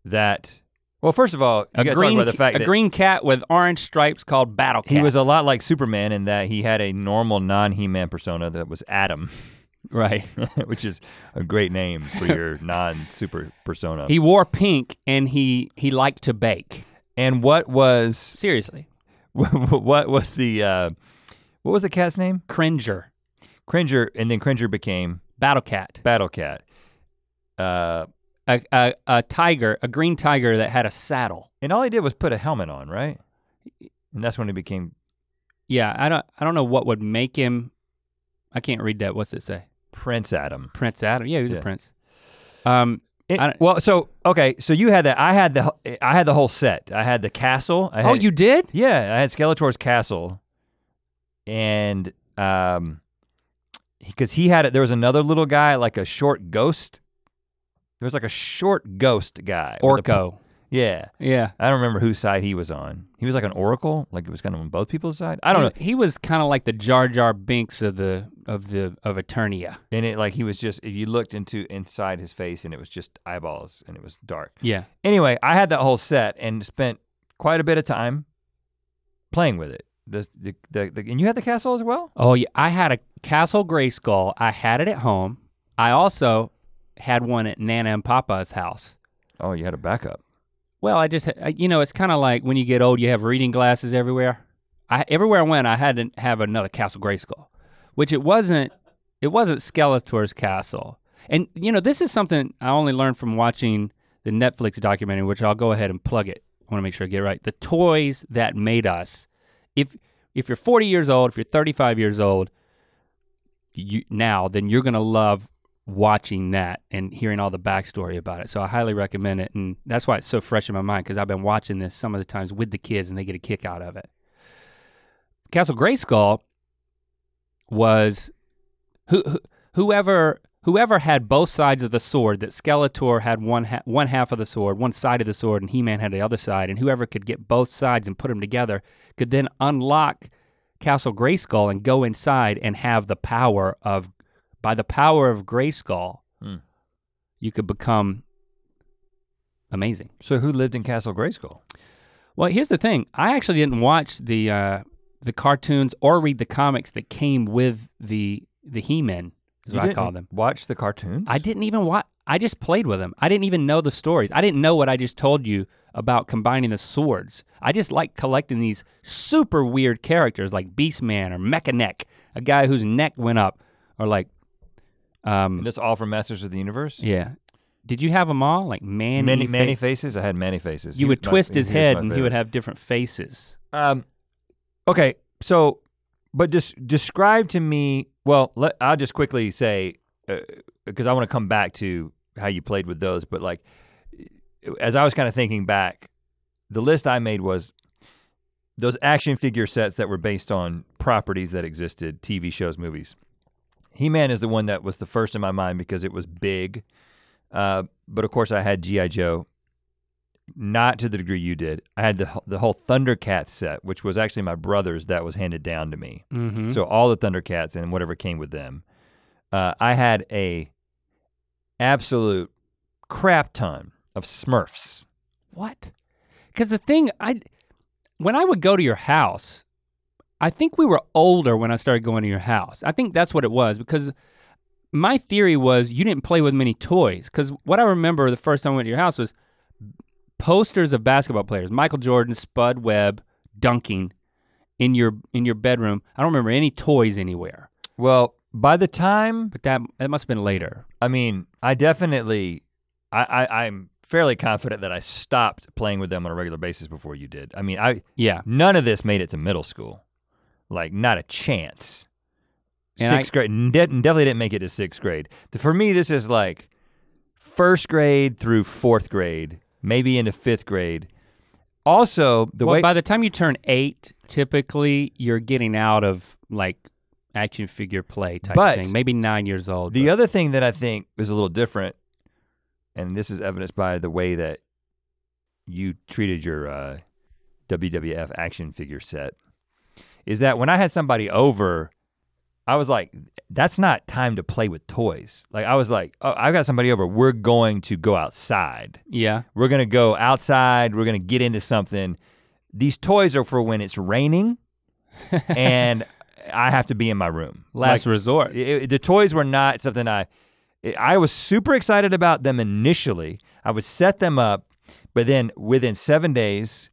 S1: that well first of all you
S2: A
S1: gotta
S2: green,
S1: talk about the
S2: ca-
S1: fact
S2: a
S1: that
S2: green cat with orange stripes called Battle Cat.
S1: He was a lot like Superman in that he had a normal non He Man persona that was Adam,
S2: right.
S1: which is a great name for your non super persona.
S2: He wore pink and he he liked to bake.
S1: and what was
S2: Seriously,
S1: what was the uh, what was the cat's name?
S2: Cringer,
S1: Cringer, and then Cringer became
S2: Battle Cat,
S1: Battle Cat. Uh,
S2: a, a a tiger, a green tiger that had a saddle.
S1: and all he did was put a helmet on, right? And that's when he became
S2: Yeah, I don't I don't know what would make him. I can't read that. What's it say?
S1: Prince Adam.
S2: Prince Adam. Yeah, he was
S1: Yeah.
S2: a prince. Um,
S1: It-
S2: I don't-
S1: well, so okay, so you had that. I had the I had the whole set. I had the castle. I had,
S2: oh, you did?
S1: Yeah, I had Skeletor's castle, and um, because he had it, there was another little guy like a short ghost. There was like a short ghost guy. with a p-
S2: Orco.
S1: yeah,
S2: Yeah.
S1: I don't remember whose side he was on. He was like an oracle, like it was kind of on both people's side. I don't know.
S2: He- He was kind of like the Jar Jar Binks of the of the of Eternia.
S1: And it like he was just you looked into inside his face, and it was just eyeballs, and it was dark.
S2: Yeah.
S1: Anyway, I had that whole set and spent quite a bit of time playing with it. The, the, the, the, and you had the castle as well.
S2: Oh yeah. I had a Castle Grayskull. I had it at home. I also had one at Nana and Papa's house.
S1: Oh, you had a backup.
S2: Well, I just I- you know it's kind of like when you get old, you have reading glasses everywhere. I everywhere I went, I had to have another Castle Grayskull, which it wasn't. It wasn't Skeletor's castle. And you know this is something I only learned from watching the Netflix documentary, which I'll go ahead and plug it. I want to make sure I get it right. The toys that made us. If if you're 40 years old, if you're 35 years old, you now then you're gonna love watching that and hearing all the backstory about it. So I highly recommend it, and that's why it's so fresh in my mind because I've been watching this some of the times with the kids, and they get a kick out of it. Castle Grayskull was who, who whoever whoever had both sides of the sword that Skeletor had one ha- one half of the sword, one side of the sword, and He-Man had the other side, and whoever could get both sides and put them together could then unlock Castle Grayskull and go inside and have the power of by the power of Grayskull,
S1: Hmm.
S2: you could become amazing.
S1: So who lived in Castle Grayskull?
S2: Well, here's the thing. I actually didn't watch the uh, the cartoons or read the comics that came with the the He-Men, is
S1: You
S2: what I
S1: didn't
S2: call them.
S1: Watch the cartoons.
S2: I didn't even watch. I just played with them. I didn't even know the stories. I didn't know what I just told you about combining the swords. I just like collecting these super weird characters like Beastman or Mechaneck, a guy whose neck went up, or like, um,
S1: And that's all from Masters of the Universe.
S2: yeah, Did you have them all? Like Manny?
S1: Many
S2: Fa-
S1: many faces. I had many faces.
S2: you
S1: He-
S2: would
S1: my-
S2: twist his
S1: was
S2: head
S1: my
S2: and he
S1: favorite.
S2: would have different faces.
S1: Um, okay, so, but just describe to me. Well, let, I'll just quickly say because I want to come back to how you played with those. But like, as I was kind of thinking back, the list I made was those action figure sets that were based on properties that existed, TV shows, movies. He Man is the one that was the first in my mind because it was big. Uh, but of course, I had G.I. Joe, not to the degree you did. I had the, the whole Thundercat set, which was actually my brother's that was handed down to me.
S2: Mm-hmm.
S1: So all the Thundercats and whatever came with them. Uh, I had a absolute crap ton of Smurfs.
S2: What? Because the thing I, when I would go to your house, I think we were older when I started going to your house. I think that's what it was because my theory was you didn't play with many toys. Because what I remember the first time I went to your house was posters of basketball players, Michael Jordan, Spud Webb, dunking in your in your bedroom. I don't remember any toys anywhere,
S1: Well, by the time
S2: but that that must have been later.
S1: I mean, I definitely, I, I I'm fairly confident that I stopped playing with them on a regular basis before you did. I mean, I
S2: Yeah.
S1: none of this made it to middle school, like not a chance.
S2: And
S1: sixth grade de- definitely didn't make it to sixth grade. The- For me, this is like first grade through fourth grade, maybe into fifth grade. Also, the
S2: well,
S1: way
S2: by the time you turn eight, typically you're getting out of like action figure play type
S1: But-
S2: thing. Maybe nine years old.
S1: The
S2: but-
S1: other thing that I think is a little different, and this is evidenced by the way that you treated your uh, WWF action figure set, is that when I had somebody over, I was like, that's not time to play with toys. Like, I was like, oh, I've got somebody over. We're going to go outside.
S2: yeah,
S1: We're going to go outside. We're going to get into something. These toys are for when it's raining and I have to be in my room. Like,
S2: last resort.
S1: it, it- the toys were not something I. it- I was super excited about them initially. I would set them up, but then within seven days,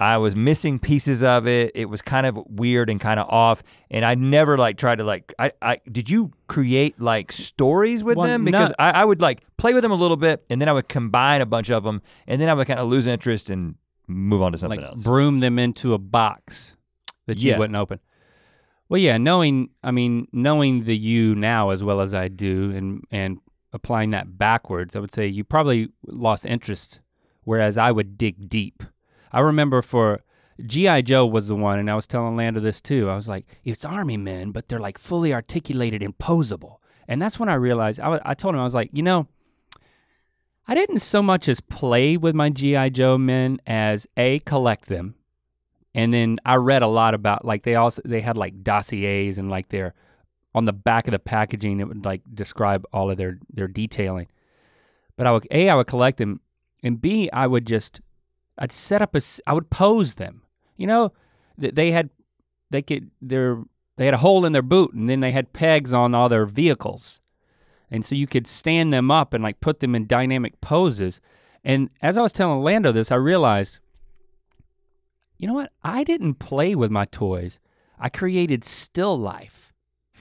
S1: I was missing pieces of it. It was kind of weird and kind of off, and I never like tried to like. I, I did you create like stories with
S2: Well,
S1: them because
S2: no.
S1: I, I would like play with them a little bit, and then I would combine a bunch of them, and then I would kind of lose interest and move on to something
S2: like
S1: else.
S2: broom them into a box that you
S1: Yeah.
S2: wouldn't open. Well, yeah, knowing I mean knowing the you now as well as I do, and and applying that backwards, I would say you probably lost interest, whereas I would dig deep. I remember for G.I. Joe was the one, and I was telling Lando this too. I was like, it's army men, but they're like fully articulated and posable. And that's when I realized, I, wa- I told him, I was like, you know, I didn't so much as play with my G.I. Joe men as A, collect them. And then I read a lot about, like, they also, they had like dossiers and like their, on the back of the packaging, it would like describe all of their, their detailing. But I would, A, I would collect them. And B, I would just, I'd set up a, s- I would pose them. You know, th- they had, they could, their they had a hole in their boot and then they had pegs on all their vehicles and so you could stand them up and like put them in dynamic poses and as i was telling lando this i realized you know what i didn't play with my toys i created still life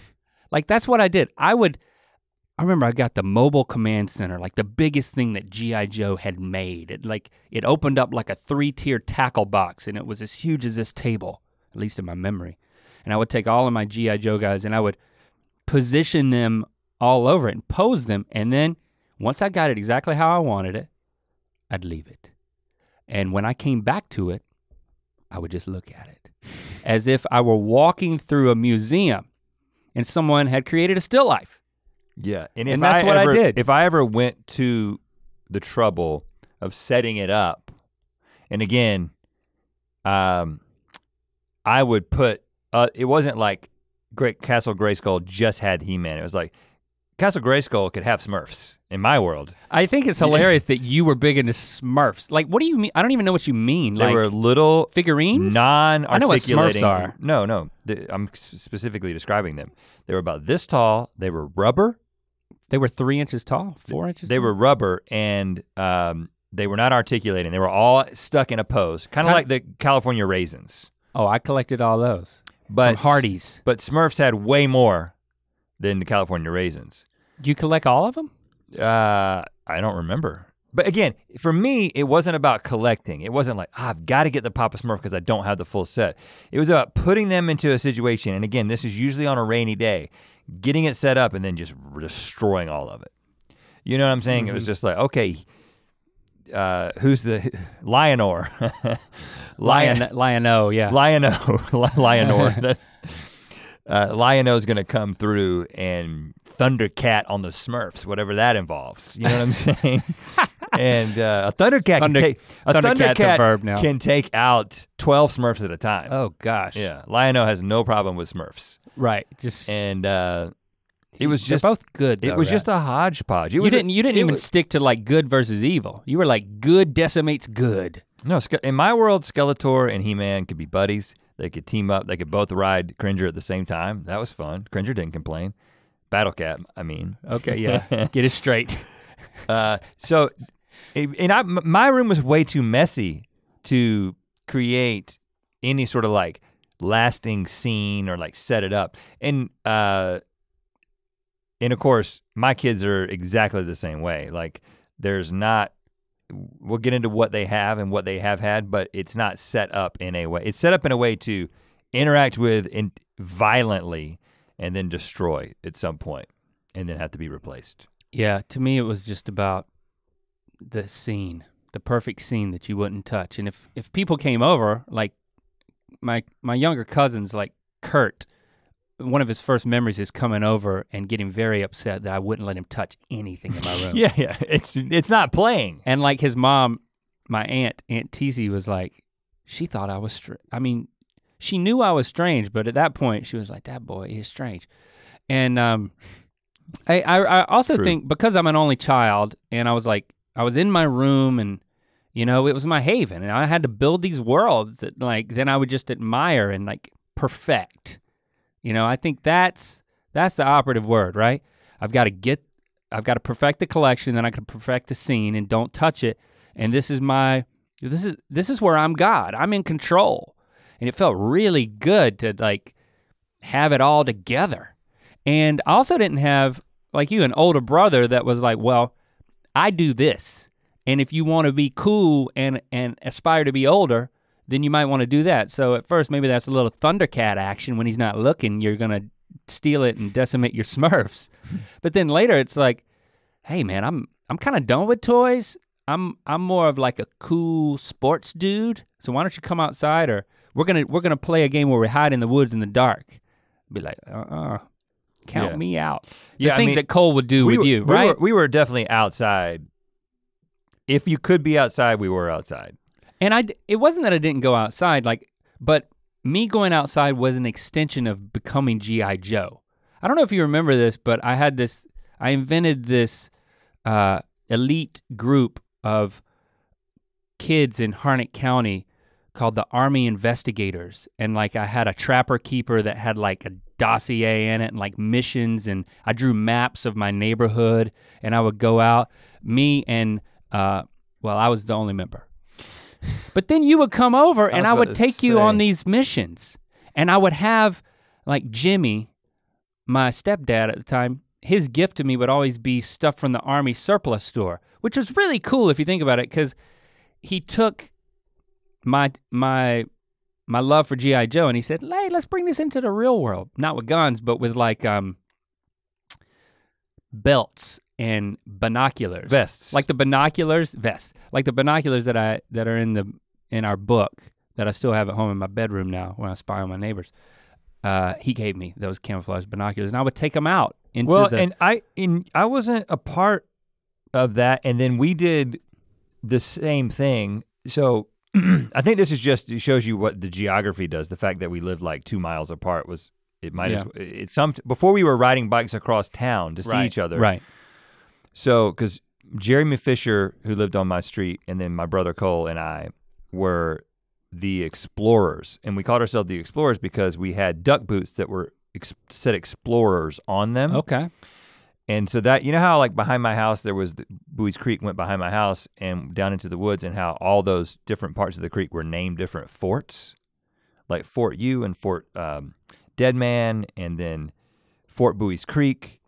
S2: like that's what i did i would i remember i got the mobile command center like the biggest thing that gi joe had made it like it opened up like a three-tier tackle box and it was as huge as this table at least in my memory and I would take all of my GI Joe guys and I would position them all over it and pose them, and then once I got it exactly how I wanted it, I'd leave it. And when I came back to it, I would just look at it as if I were walking through a museum and someone had created a still life.
S1: Yeah, and,
S2: And that's what I
S1: ever-
S2: did.
S1: If I ever went to the trouble of setting it up, and again, um, I would put. Uh, it wasn't like Great Castle Grayskull just had He Man. It was like Castle Grayskull could have Smurfs in my world.
S2: I think it's hilarious that you were big into Smurfs. Like, what do you mean? I don't even know what you mean.
S1: They
S2: like
S1: were little
S2: figurines?
S1: non-articulating.
S2: know what Smurfs are.
S1: No, no. The- I'm s- specifically describing them. They were about this tall. They were rubber.
S2: they were three inches tall, four inches.
S1: They
S2: tall?
S1: were rubber and um, they were not articulating. They were all stuck in a pose, kind of
S2: Kinda-
S1: like the California raisins.
S2: Oh, I collected all those
S1: But
S2: from Hardee's.
S1: But Smurfs had way more than the California raisins.
S2: Do you collect all of them?
S1: Uh, I don't remember. But again, for me, it wasn't about collecting. It wasn't like, "Ah, I've got to get the Papa Smurf because I don't have the full set. It was about putting them into a situation. And again, this is usually on a rainy day, getting it set up and then just r- destroying all of it. You know what I'm saying? It was just like, okay, uh, who's the Lionor?
S2: Lion, Lion O, yeah.
S1: Lionel, Lionor. That's, uh, Lionel's gonna come through and Thundercat on the Smurfs, whatever that involves. You know what I'm saying? and uh, a Thundercat
S2: Thunder-
S1: can take a
S2: Thundercat's a
S1: Thundercat
S2: verb now.
S1: can take out twelve Smurfs at a time.
S2: oh gosh.
S1: Yeah, Lionel has no problem with Smurfs,
S2: Right. Just
S1: and uh, it was
S2: they're
S1: just
S2: both good.
S1: it
S2: though,
S1: was
S2: right?
S1: just a hodgepodge. It
S2: you
S1: was a-
S2: didn't you didn't
S1: it
S2: even
S1: was-
S2: stick to like good versus evil. You were like good decimates good.
S1: No, Ske- in my world, Skeletor and He-Man could be buddies. They could team up. They could both ride Cringer at the same time. That was fun. Cringer didn't complain. Battle Cat, I mean.
S2: Okay, yeah. Get it straight.
S1: Uh, so, it- and I, m- my room was way too messy to create any sort of like lasting scene or like set it up. And uh, and of course, my kids are exactly the same way. Like, there's not. We'll get into what they have and what they have had, but it's not set up in a way. It's set up in a way to interact with and violently, and then destroy at some point, and then have to be replaced.
S2: Yeah, to me it was just about the scene, the perfect scene that you wouldn't touch. And if if people came over, like my my younger cousins, like Kurt, one of his first memories is coming over and getting very upset that I wouldn't let him touch anything in my room.
S1: Yeah, yeah. It's it's not playing.
S2: And like his mom, my aunt, Aunt Teasy was like, she thought I was, str- I mean, she knew I was strange, but at that point she was like, that boy is strange. And um, I, I, I also
S1: True.
S2: think because I'm an only child and I was like, I was in my room and, you know, it was my haven and I had to build these worlds that like, then I would just admire and like perfect. You know, I think that's, that's the operative word, right? I've got to get I've got to perfect the collection, then I can perfect the scene and don't touch it. And this is my this is this is where I'm God. I'm in control. And it felt really good to like have it all together. And I also didn't have like you an older brother that was like, well, I do this. And if you want to be cool and and aspire to be older, then you might want to do that. So at first maybe that's a little Thundercat action when he's not looking, you're going to steal it and decimate your Smurfs. But then later it's like, hey man, I'm I'm kind of done with toys. I'm I'm more of like a cool sports dude. So why don't you come outside or we're gonna we're gonna play a game where we hide in the woods in the dark. Be like, uh uh count
S1: Yeah.
S2: me out. The
S1: Yeah, I
S2: things
S1: mean,
S2: that Cole would do
S1: we
S2: with
S1: were,
S2: you,
S1: we
S2: right?
S1: Were, we were definitely outside. If you could be outside, we were outside.
S2: And I, d- it wasn't that I didn't go outside, like, but me going outside was an extension of becoming G.I. Joe. I don't know if you remember this, but I had this, I invented this uh, elite group of kids in Harnett County called the Army Investigators. And like, I had a trapper keeper that had like a dossier in it and like missions. And I drew maps of my neighborhood and I would go out, me and, uh, well, I was the only member. But then you would come over and
S1: was
S2: I
S1: about
S2: would
S1: to
S2: take you on
S1: say.
S2: these missions. And I would have like Jimmy, my stepdad at the time, his gift to me would always be stuff from the army surplus store, which was really cool if you think about it cuz he took my my my love for GI Joe and he said, "Hey, let's bring this into the real world, not with guns, but with like um belts and binoculars."
S1: Vests.
S2: like the binoculars vest like the binoculars that i that are in the in our book that i still have at home in my bedroom now when i spy on my neighbors uh, he gave me those camouflage binoculars and i would take them out into
S1: well,
S2: the
S1: and I in I wasn't a part of that, and then we did the same thing. So I think this is just it shows you what the geography does. The fact that we lived like two miles apart was it might as it's some before we were riding bikes across town to see
S2: Right,
S1: each other.
S2: right
S1: So, because Jeremy Fisher, who lived on my street, and then my brother Cole and I were the explorers, and we called ourselves the explorers because we had duck boots that were ex- said explorers on them.
S2: okay
S1: And so that you know how like behind my house there was the, Bowie's Creek went behind my house and down into the woods, and how all those different parts of the creek were named different forts, like Fort U and Fort um, Dead Man, and then Fort Bowie's Creek.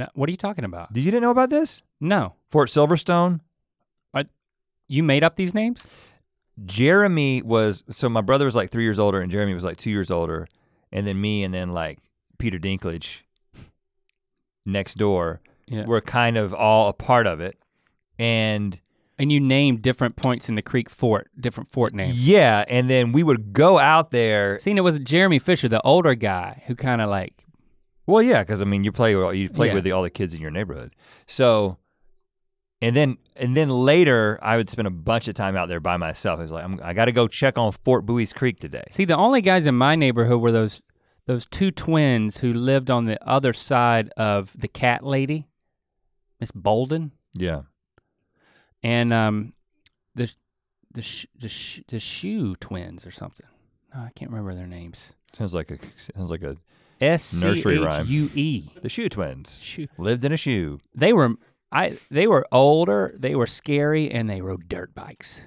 S2: no, what are you talking about
S1: Did you didn't know about this?
S2: No.
S1: Fort Silverstone,
S2: You made up these names?
S1: Jeremy was so my brother was like three years older, and Jeremy was like two years older, and then me, and then like Peter Dinklage next door
S2: Yeah.
S1: were kind of all a part of it, and
S2: And you named different points in the Creek Fort, different fort names.
S1: yeah, and then we would go out there.
S2: Seen it was Jeremy Fisher, the older guy, who kind of like
S1: Well, yeah, because I mean, you play you play
S2: Yeah.
S1: with the, all the kids in your neighborhood, so. And then, and then later, I would spend a bunch of time out there by myself. It was like, I'm, I got to go check on Fort Bowie's Creek today.
S2: See, the only guys in my neighborhood were those those two twins who lived on the other side of the cat lady, Miss Bolden,
S1: Yeah,
S2: and um, the the sh- the sh- the shoe twins or something. No, I can't remember their names.
S1: sounds like a sounds like a
S2: S C
S1: Nursery rhyme.
S2: H U E.
S1: the Shoe Twins.
S2: Shoe.
S1: lived in a shoe.
S2: They were I. They were older. They were scary, and they rode dirt bikes.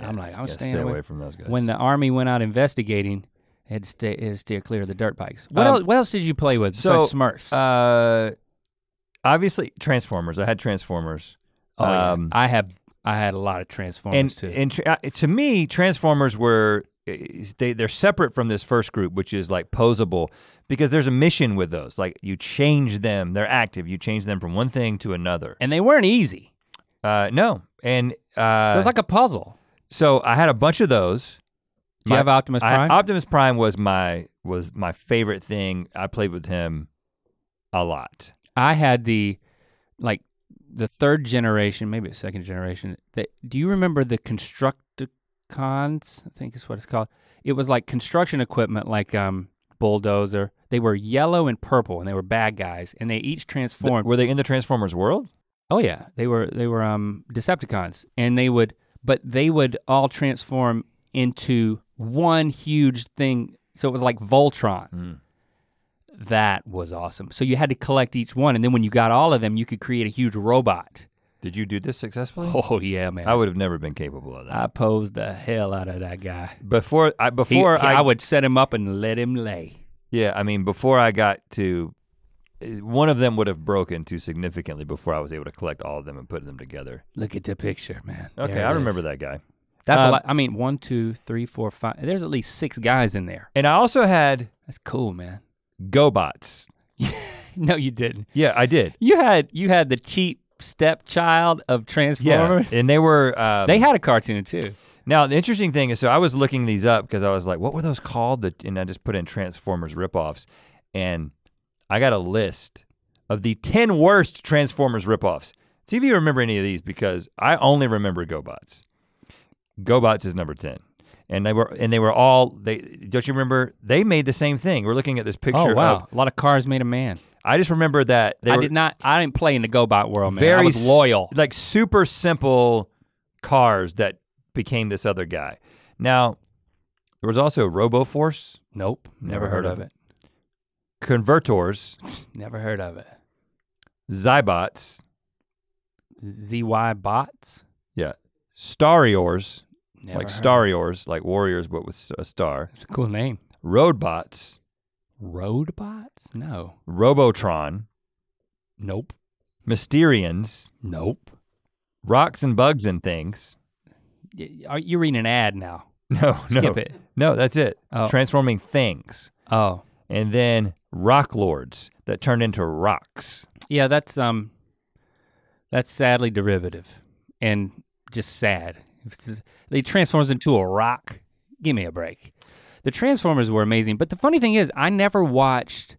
S2: I'm like, I was
S1: Yeah,
S2: staying
S1: stay
S2: away.
S1: away. from those guys.
S2: When the army went out investigating, it had to stay, it had to steer clear of the dirt bikes. What
S1: Um,
S2: else? What else did you play with?
S1: so,
S2: besides Smurfs.
S1: uh, obviously Transformers. I had Transformers,
S2: Oh, yeah.
S1: Um,
S2: I have I had a lot of Transformers
S1: and
S2: too.
S1: and tra- uh, to me, Transformers were is- they they're separate from this first group, which is like posable because there's a mission with those. Like you change them, they're active. You change them from one thing to another.
S2: and they weren't easy.
S1: Uh, no, and
S2: So
S1: uh,
S2: it's like a puzzle.
S1: so I had a bunch of those.
S2: Do you
S1: my-
S2: have Optimus
S1: I-
S2: Prime?
S1: Optimus Prime was my was my favorite thing. I played with him a lot.
S2: I had the like the third generation, maybe it's second generation. That do you remember the Constructicons? I think is what it's called. It was like construction equipment, like um bulldozer. They were yellow and purple, and they were bad guys, and they each
S1: Th-
S2: transformed.
S1: were they in the Transformers world?
S2: Oh yeah, they were they were um Decepticons, and they would but they would all transform into one huge thing. So it was like Voltron.
S1: Mm.
S2: That was awesome. So you had to collect each one, and then when you got all of them, you could create a huge robot.
S1: Did you do this successfully?
S2: Oh yeah, man! I
S1: I would have never been capable of that.
S2: posed the hell out of that guy.
S1: before I
S2: He-
S1: before
S2: he-
S1: I,
S2: I would set him up and let him lay.
S1: yeah, I mean before I got to eh, one of them would have broken too significantly before I was able to collect all of them and put them together.
S2: Look at the picture, man.
S1: Okay,
S2: There it
S1: I remember
S2: is.
S1: that guy.
S2: That's a
S1: Um,
S2: lot. I mean, one, two, three, four, five. There's at least six guys in there.
S1: And I also had
S2: That's cool, man.
S1: GoBots.
S2: No, you didn't.
S1: Yeah, I did.
S2: You had you had the cheap stepchild of
S1: Yeah,
S2: Transformers.
S1: and they were um,
S2: They had a cartoon too.
S1: Now the interesting thing is, so I was looking these up because I was like, what were those called? The- And I just put in Transformers ripoffs, and I got a list of the ten worst Transformers ripoffs. See if you remember any of these because I only remember GoBots. GoBots is number ten, and they were and they were all they. Don't you remember? They made the same thing. We're looking at this picture.
S2: oh wow,
S1: Of,
S2: a lot of cars made a man.
S1: I just remember that they
S2: I
S1: were
S2: did not. I didn't play in the GoBot world, man.
S1: very
S2: I was
S1: s-
S2: loyal.
S1: like super simple cars that became this other guy. Now, there was also RoboForce,
S2: Nope, never, heard, of it.
S1: Convertors,
S2: Never heard of it.
S1: Zybots,
S2: ZY bots.
S1: Stariors,
S2: Never
S1: like
S2: heard of it.
S1: Stariors, like warriors but with s- a star,
S2: It's a cool name.
S1: Roadbots,
S2: Road bots? No.
S1: Robotron,
S2: Nope.
S1: Mysterians,
S2: Nope.
S1: Rocks and Bugs and Things.
S2: Y- Are you reading an ad now?
S1: No, no.
S2: Skip it.
S1: No, that's it.
S2: Oh.
S1: Transforming things.
S2: Oh,
S1: And then Rock Lords that turned into rocks.
S2: yeah. That's um. That's sadly derivative, and just sad. It's just- It transforms into a rock. Give me a break. The Transformers were amazing, but the funny thing is, I never watched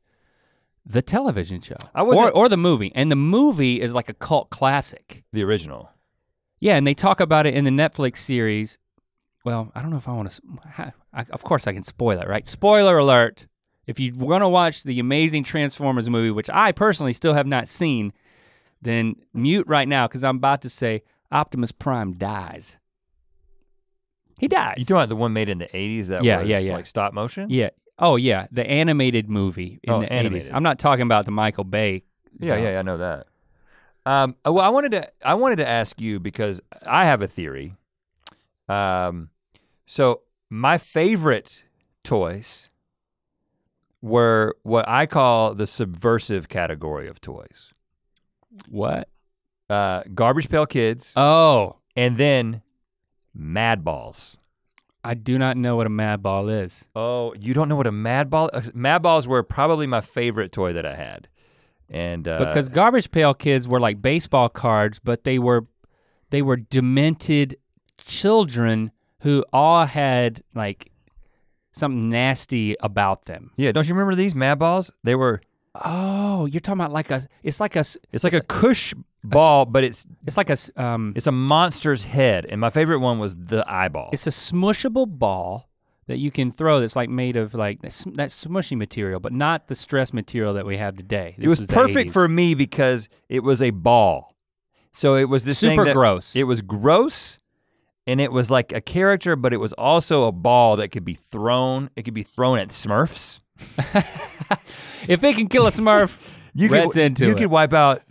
S2: the television show
S1: I
S2: or
S1: wasn't-
S2: or the movie, and the movie is like a cult classic.
S1: The original.
S2: Yeah, and they talk about it in the Netflix series. Well, I don't know if I want to. I, of course, I can spoil it, right? Spoiler alert! If you want to watch the amazing Transformers movie, which I personally still have not seen, then mute right now because I'm about to say Optimus Prime dies. He dies.
S1: You talking about the one made in the '80s that
S2: Yeah,
S1: was
S2: yeah, yeah.
S1: like stop motion?
S2: yeah. Oh yeah, the animated movie in
S1: Oh,
S2: the 80s.
S1: animated.
S2: I'm not talking about the Michael Bay.
S1: yeah,
S2: No.
S1: yeah, I know that. Um, uh, well, I wanted to I wanted to ask you because I have a theory. Um, so my favorite toys were what I call the subversive category of toys.
S2: What?
S1: uh, Garbage Pail Kids,
S2: Oh,
S1: and then Mad Balls.
S2: I do not know what a mad ball is.
S1: Oh, you don't know what a Mad Ball? uh, Mad Balls were probably my favorite toy that I had, and uh,
S2: because garbage pail kids were like baseball cards but they were they were demented children who all had like something nasty about them
S1: yeah, don't you remember these Mad Balls? They were.
S2: oh you're talking about like a it's like a s-
S1: It's like a cush ball, but it's
S2: it's like a s- um
S1: it's a monster's head, and my favorite one was the eyeball.
S2: it's a smushable ball that you can throw that's like made of like that, sm- that smushy material but not the stress material that we have today
S1: it was,
S2: This the
S1: perfect
S2: 80s.
S1: for me because it was a ball, so it was this thing
S2: super
S1: that-
S2: gross
S1: It was gross and it was like a character, but it was also a ball that could be thrown. It could be thrown at Smurfs.
S2: if it can kill a smurf
S1: You
S2: Red's
S1: could,
S2: into
S1: you
S2: it.
S1: could wipe out,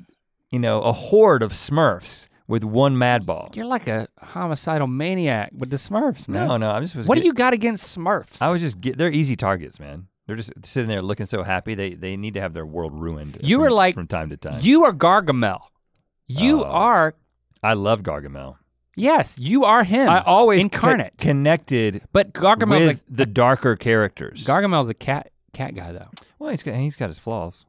S1: you know, a horde of Smurfs with one mad ball.
S2: you're like a homicidal maniac with the smurfs man
S1: No, no, I just was
S2: What
S1: get-
S2: do you got against Smurfs?
S1: I was just get they're easy targets, man. They're just sitting there looking so happy. They they need to have their world ruined.
S2: You
S1: from-
S2: were like-
S1: from time to time.
S2: you are Gargamel. You
S1: Oh.
S2: are
S1: I love Gargamel.
S2: yes, you are him.
S1: I always co-
S2: incarnate.
S1: connected
S2: but Gargamel's
S1: with the darker characters.
S2: a Gargamel's a cat cat guy though.
S1: Well, he's got he's got his flaws.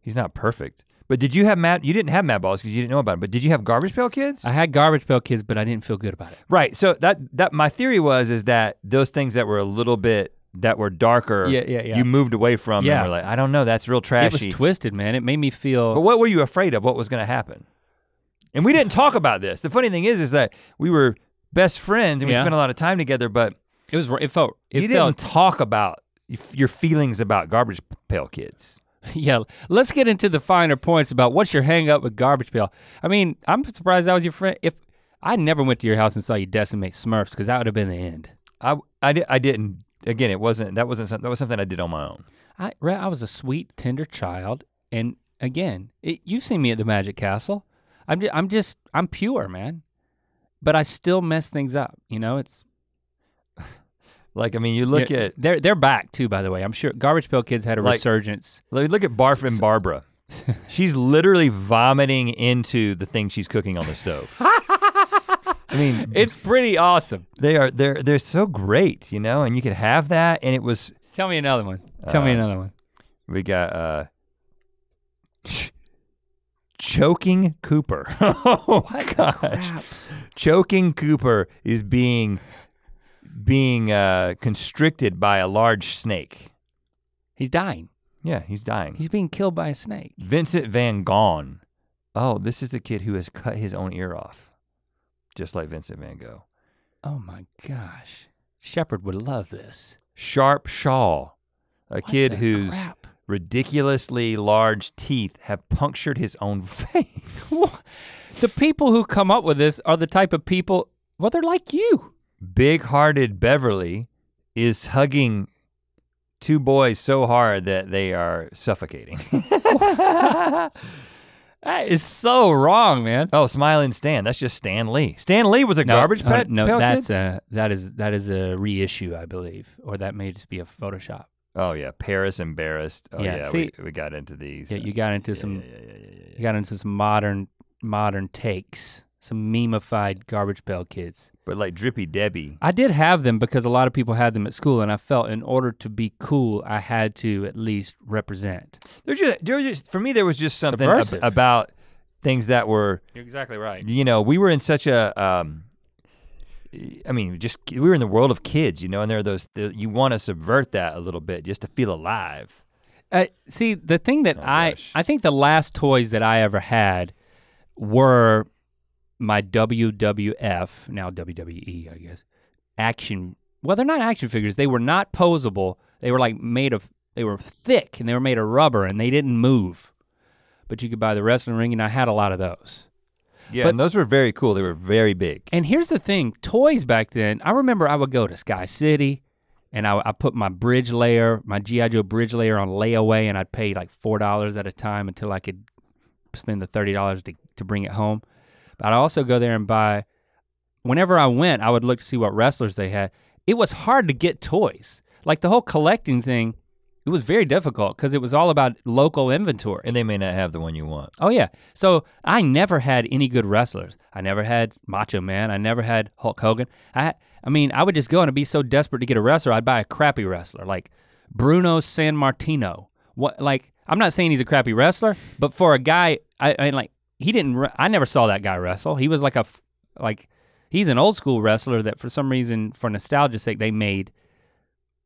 S1: He's not perfect. But did you have Matt? You didn't have Mad Balls because you didn't know about it. But did you have Garbage Pail Kids?
S2: I had Garbage Pail Kids, but I didn't feel good about it.
S1: right. So that that my theory was is that those things that were a little bit that were darker,
S2: Yeah, yeah, yeah.
S1: you moved away from
S2: Yeah.
S1: and were like, I don't know, that's real
S2: It was
S1: trashy.
S2: twisted, man. It made me
S1: but
S2: feel
S1: what were you afraid of? What was going to happen? And we didn't talk about this. The funny thing is, is that we were best friends and we
S2: Yeah.
S1: spent a lot of time together, but
S2: it was it felt it
S1: you
S2: felt
S1: didn't talk about f- your feelings about Garbage Pail Kids.
S2: yeah. Let's get into the finer points about what's your hang up with Garbage Pail. I mean, I'm surprised I was your friend. If I never went to your house and saw you decimate Smurfs, because that would have been the end.
S1: I, I, di- I didn't. Again, it wasn't. That wasn't. Some, that was something I did on my own.
S2: I Rhett, I was a sweet, tender child, and again, it, you've seen me at the Magic Castle. I'm just, I'm just I'm pure, man. But I still mess things up. You know, it's
S1: Like I mean, you look
S2: they're-
S1: at
S2: they're they're back too. By the way, I'm sure Garbage Pail Kids had a
S1: Like-
S2: resurgence.
S1: like, look at Barf and Barbara. she's literally vomiting into the thing she's cooking on the stove. I mean,
S2: It's pretty awesome.
S1: they are they're they're so great, you know. And you could have that. And it was
S2: Tell me another one. Tell me
S1: Uh,
S2: another one.
S1: we got uh, ch- choking Cooper. oh gosh, choking Cooper is being being uh, constricted by a large snake.
S2: He's dying.
S1: Yeah, he's dying.
S2: He's being killed by a snake.
S1: Vincent Van Gogh. Oh, this is a kid who has cut his own ear off, just like Vincent Van Gogh.
S2: Oh my gosh, Shepard would love this.
S1: Sharp Shaw, a
S2: What
S1: kid
S2: the
S1: whose
S2: crap?
S1: ridiculously large teeth have punctured his own face.
S2: the people who come up with this are the type of people. Well, they're like you.
S1: Big hearted Beverly is hugging two boys so hard that they are suffocating.
S2: That is so wrong, man.
S1: oh, Smiling Stan. That's just Stan Lee. Stan Lee was a garbage
S2: no, uh,
S1: pet.
S2: No,
S1: Pail Kid?
S2: that's a that is that is a reissue, I believe, or that may just be a Photoshop.
S1: Oh yeah, Paris embarrassed. Oh
S2: Yeah,
S1: yeah,
S2: see-
S1: we, we got into these. uh,
S2: Yeah, you got into some
S1: yeah, yeah, yeah, yeah,
S2: you got into some modern modern takes, some memeified garbage pail kids.
S1: But like Drippy Debbie.
S2: I did have them because a lot of people had them at school, and I felt in order to be cool, I had to at least represent.
S1: There's just, there was just for me there was just something ab-
S2: Subversive.
S1: about things that were
S2: You're exactly right.
S1: you know we were in such a um, I mean just we were in the world of kids you know and there are those the, you want to subvert that a little bit just to feel alive.
S2: Uh, see, the thing that
S1: Oh,
S2: I
S1: gosh.
S2: I think the last toys that I ever had were my WWF now WWE I guess action. Well, they're not action figures. They were not posable. They were like made of. They were thick and they were made of rubber and they didn't move. But you could buy the wrestling ring and I had a lot of those.
S1: Yeah,
S2: But-
S1: and those were very cool. They were very big.
S2: And here's the thing, toys back then, I remember I would go to Sky City and I, I put my bridge layer, my G.I. Joe bridge layer on layaway and I'd pay like $4 at a time until I could spend the $30 to, to bring it home. But I'd also go there and buy, whenever I went, I would look to see what wrestlers they had. It was hard to get toys. Like the whole collecting thing, it It was very difficult because it was all about local inventory.
S1: And they may not have the one you want.
S2: Oh yeah. So I never had any good wrestlers. I never had Macho Man. I never had Hulk Hogan. I I mean, I would just go and I'd be so desperate to get a wrestler, I'd buy a crappy wrestler like Bruno San Martino. What like I'm not saying he's a crappy wrestler, but for a guy, I, I mean, like he didn't. Re- I never saw that guy wrestle. He was like a f- like he's an old school wrestler that for some reason, for nostalgia's sake, they made.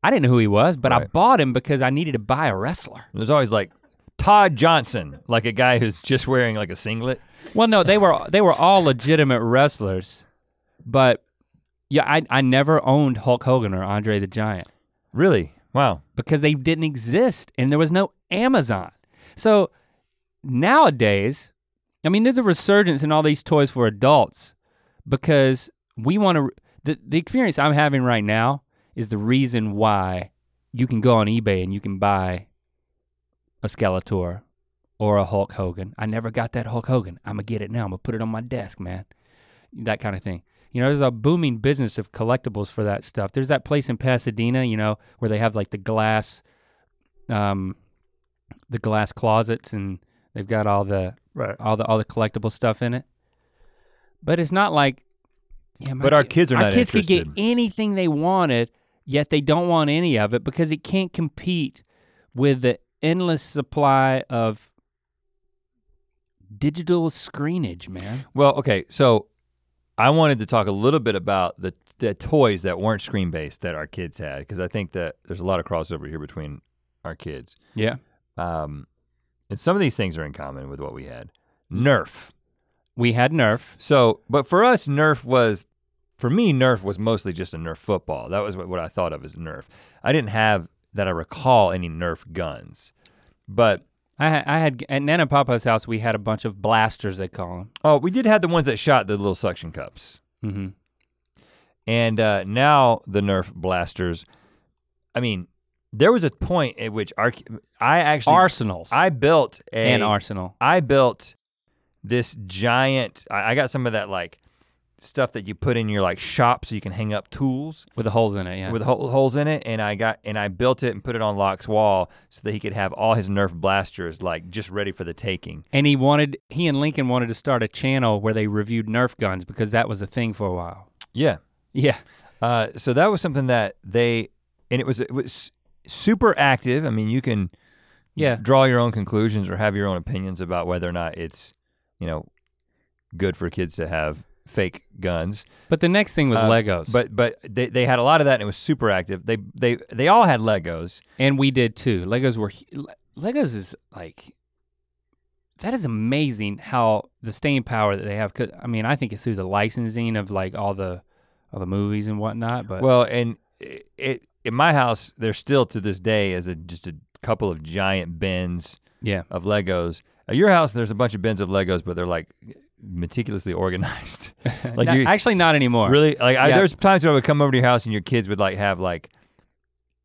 S2: I didn't know who he was, but I
S1: Right.
S2: bought him because I needed to buy a wrestler.
S1: There's always like Todd Johnson, like a guy who's just wearing like a singlet.
S2: Well, no, they were they were all legitimate wrestlers, but yeah, I I never owned Hulk Hogan or Andre the Giant
S1: Really? Wow.
S2: because they didn't exist and there was no Amazon. So nowadays, I mean, there's a resurgence in all these toys for adults because we want to. The, the experience I'm having right now is the reason why you can go on eBay and you can buy a Skeletor or a Hulk Hogan. I never got that Hulk Hogan. I'm gonna get it now. I'm gonna put it on my desk, man. That kind of thing. You know, there's a booming business of collectibles for that stuff. There's that place in Pasadena, you know, where they have like the glass, um, the glass closets, and they've got all the
S1: Right.
S2: all the all the collectible stuff in it. But it's not like, yeah. my
S1: But our
S2: kid-
S1: kids are
S2: our
S1: not
S2: kids could
S1: interested.
S2: get anything they wanted, yet they don't want any of it because it can't compete with the endless supply of digital screenage, man.
S1: Well, okay, so I wanted to talk a little bit about the the toys that weren't screen based that our kids had because I think that there's a lot of crossover here between our kids.
S2: Yeah,
S1: Um, and some of these things are in common with what we had. Nerf.
S2: we had Nerf.
S1: So, but for us, Nerf was, for me, Nerf was mostly just a Nerf football. That was what, what I thought of as Nerf. I didn't have, that I recall, any Nerf guns. But,
S2: I had, I had at Nana Papa's house. We had a bunch of blasters. They call them.
S1: oh, we did have the ones that shot the little suction cups.
S2: Mm-hmm.
S1: And uh, now the Nerf blasters, I mean, there was a point at which our, I actually,
S2: Arsenals
S1: I built a,
S2: and Arsenal.
S1: I built this giant, I, I got some of that like stuff that you put in your like shop so you can hang up tools.
S2: with the holes in it. Yeah.
S1: with hole, holes in it, and I got and I built it and put it on Locke's wall so that he could have all his Nerf blasters like just ready for the taking.
S2: and he wanted he and Lincoln wanted to start a channel where they reviewed Nerf guns because that was a thing for a while.
S1: Yeah.
S2: Yeah.
S1: Uh, so that was something that they and it was it was super active. I mean, you can
S2: Yeah.
S1: draw your own conclusions or have your own opinions about whether or not it's you know good for kids to have fake guns.
S2: But the next thing was
S1: Uh,
S2: Legos.
S1: But but they, they had a lot of that and it was super active. They they they all had Legos.
S2: and we did too. Legos were hu- Le- Legos is like that is amazing how the staying power that they have. 'cause- I mean, I think it's through the licensing of like all the all the movies and whatnot. But
S1: Well, and it, it in my house, there's still to this day is a just a couple of giant bins
S2: yeah,
S1: of Legos. At your house, there's a bunch of bins of Legos, but they're like meticulously organized. like
S2: Not-
S1: you
S2: actually not anymore.
S1: really like I,
S2: Yeah.
S1: there's times where I would come over to your house and your kids would like have like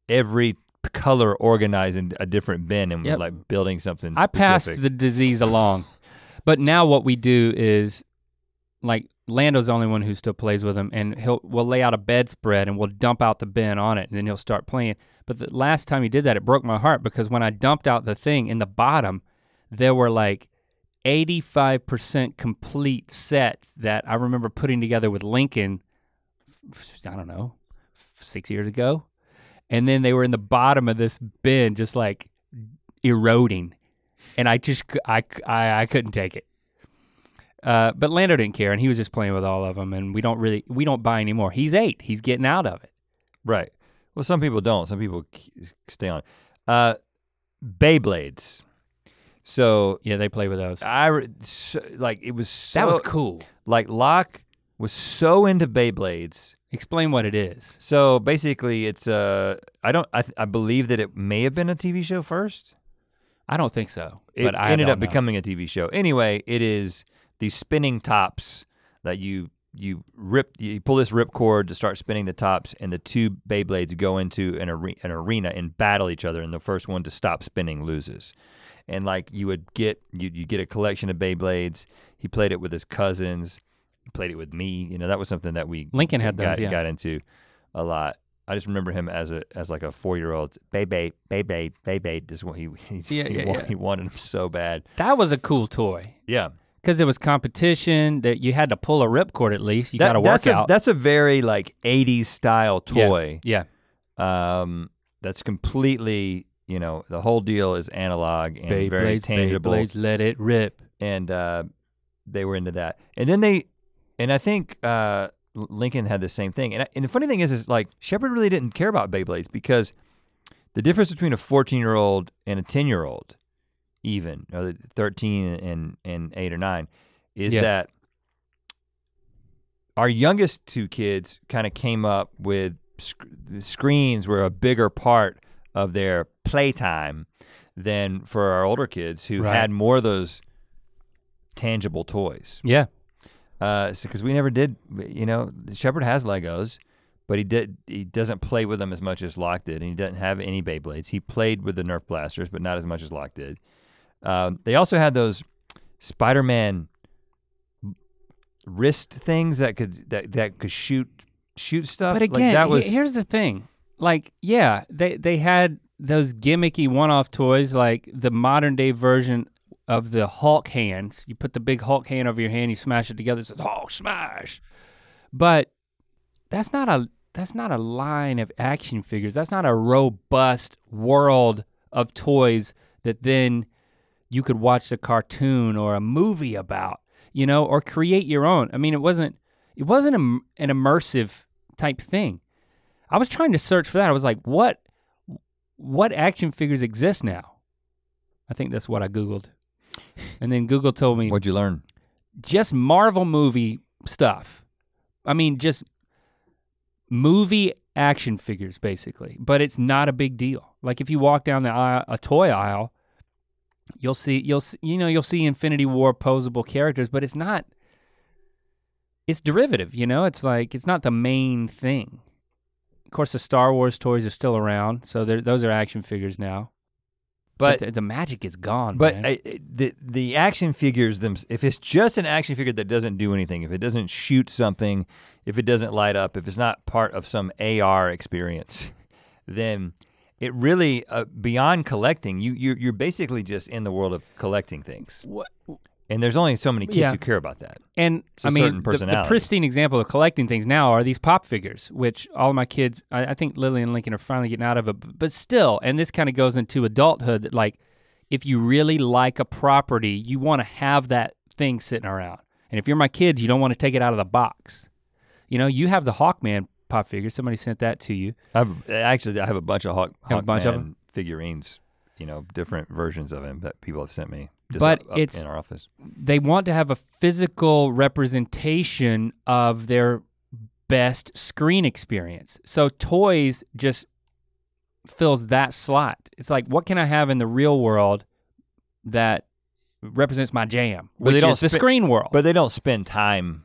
S1: every color organized in a different bin and
S2: Yep.
S1: like building something.
S2: I passed
S1: specific.
S2: the disease along, but now what we do is, like Lando's the only one who still plays with him, and he'll we'll lay out a bedspread and we'll dump out the bin on it, and then he'll start playing. But the last time he did that, it broke my heart because when I dumped out the thing in the bottom, there were like. 85% complete sets that I remember putting together with Lincoln, f- I don't know, f- six years ago. And then they were in the bottom of this bin, just like eroding and I just c- I c- I, I couldn't take it. Uh, but Lando didn't care, and he was just playing with all of them. And we don't really we don't buy anymore. He's eight. He's getting out of it.
S1: right. Well, some people don't. Some people k- stay on. Uh, Beyblades. So
S2: Yeah, they play with those.
S1: I re- so, like it was so,
S2: that was cool.
S1: like Locke was so into Beyblades.
S2: Explain what it is.
S1: So basically, it's uh I don't I, th- I believe that it may have been a TV show first.
S2: I don't think so.
S1: It
S2: but I
S1: ended
S2: don't
S1: up
S2: know.
S1: becoming a TV show. Anyway, it is these spinning tops that you you rip you pull this rip cord to start spinning the tops, and the two Beyblades go into an, are- an arena and battle each other, and the first one to stop spinning loses. And like you would get you you get a collection of Beyblades. He played it with his cousins. He played it with me. You know that was something that we
S2: Lincoln had those.
S1: got,
S2: yeah.
S1: got into a lot. I just remember him as a as like a four year old. Baby, baby, baby. This is what he he,
S2: Yeah,
S1: he,
S2: yeah,
S1: wa-
S2: yeah.
S1: he wanted him so bad.
S2: That was a cool toy
S1: Yeah,
S2: because there was competition that you had to pull a ripcord at least. You
S1: That-
S2: got to work
S1: that's
S2: out.
S1: A, that's a very like '80s style
S2: Yeah,
S1: toy.
S2: Yeah.
S1: Um, that's completely you know the whole deal is analog and
S2: Beyblades,
S1: very tangible.
S2: Beyblades, let it rip.
S1: and uh, they were into that. And then they, and I think uh, L- Lincoln had the same thing. And, I, and the funny thing is, is like Shepard really didn't care about Beyblades because the difference between a 14 year old and a 10 year old, even or the 13 and and eight or nine, is
S2: Yeah.
S1: that our youngest two kids kind of came up with sc- screens were a bigger part of their playtime than for our older kids who
S2: Right.
S1: had more of those tangible toys.
S2: Yeah.
S1: Uh, because we never did, you know, Shepard has Legos, but he did he doesn't play with them as much as Locke did, and he doesn't have any Beyblades. He played with the Nerf blasters, but not as much as Locke did. Um, they also had those Spider-Man wrist things that could that that could shoot shoot stuff.
S2: But
S1: Like,
S2: again,
S1: that
S2: he-
S1: was
S2: here's the thing. Like, yeah, they they had those gimmicky one-off toys, like the modern day version of the Hulk hands. You put the big Hulk hand over your hand, you smash it together. It says Hulk smash. But that's not a that's not a line of action figures. That's not a robust world of toys that then you could watch a cartoon or a movie about, you know, or create your own. I mean, it wasn't it wasn't im- an immersive type thing. I was trying to search for that. I was like, what what action figures exist now? I think that's what I googled. And then Google told me
S1: what'd you learn?
S2: just Marvel movie stuff. I mean, just movie action figures, basically. But it's not a big deal. Like if you walk down the aisle, a toy aisle, you'll see you'll see, you know you'll see Infinity War posable characters, but it's not. It's derivative, you know. It's like it's not the main thing. Of course, the Star Wars toys are still around, so they're- those are action figures now.
S1: But
S2: the, the magic is gone.
S1: But
S2: man.
S1: I, I- the the action figures them if it's just an action figure that doesn't do anything, if it doesn't shoot something, if it doesn't light up, if it's not part of some AR experience, then it really uh, beyond collecting, you you you're basically just in the world of collecting things.
S2: What-
S1: And there's only so many kids
S2: Yeah.
S1: who care about that.
S2: And
S1: a
S2: I mean,
S1: certain
S2: the- the,
S1: personality.
S2: pristine example of collecting things now are these pop figures, which all my kids, I, I think Lily and Lincoln are finally getting out of it. But, but still, and this kind of goes into adulthood that, like, if you really like a property, you want to have that thing sitting around. And if you're my kids, you don't want to take it out of the box. You know, you have the Hawkman pop figure. Somebody sent that to you.
S1: I've actually I have a bunch of Hawk,
S2: Have a bunch of
S1: Hawkman
S2: them?
S1: figurines, you know, different versions of him that people have sent me. Just
S2: But
S1: up- up
S2: it's-
S1: in our office.
S2: they want to have a physical representation of their best screen experience. So toys just fills that slot. It's like what can I have in the real world that represents my jam,
S1: But they
S2: which
S1: don't
S2: is the
S1: spit-
S2: screen world,
S1: But they don't spend time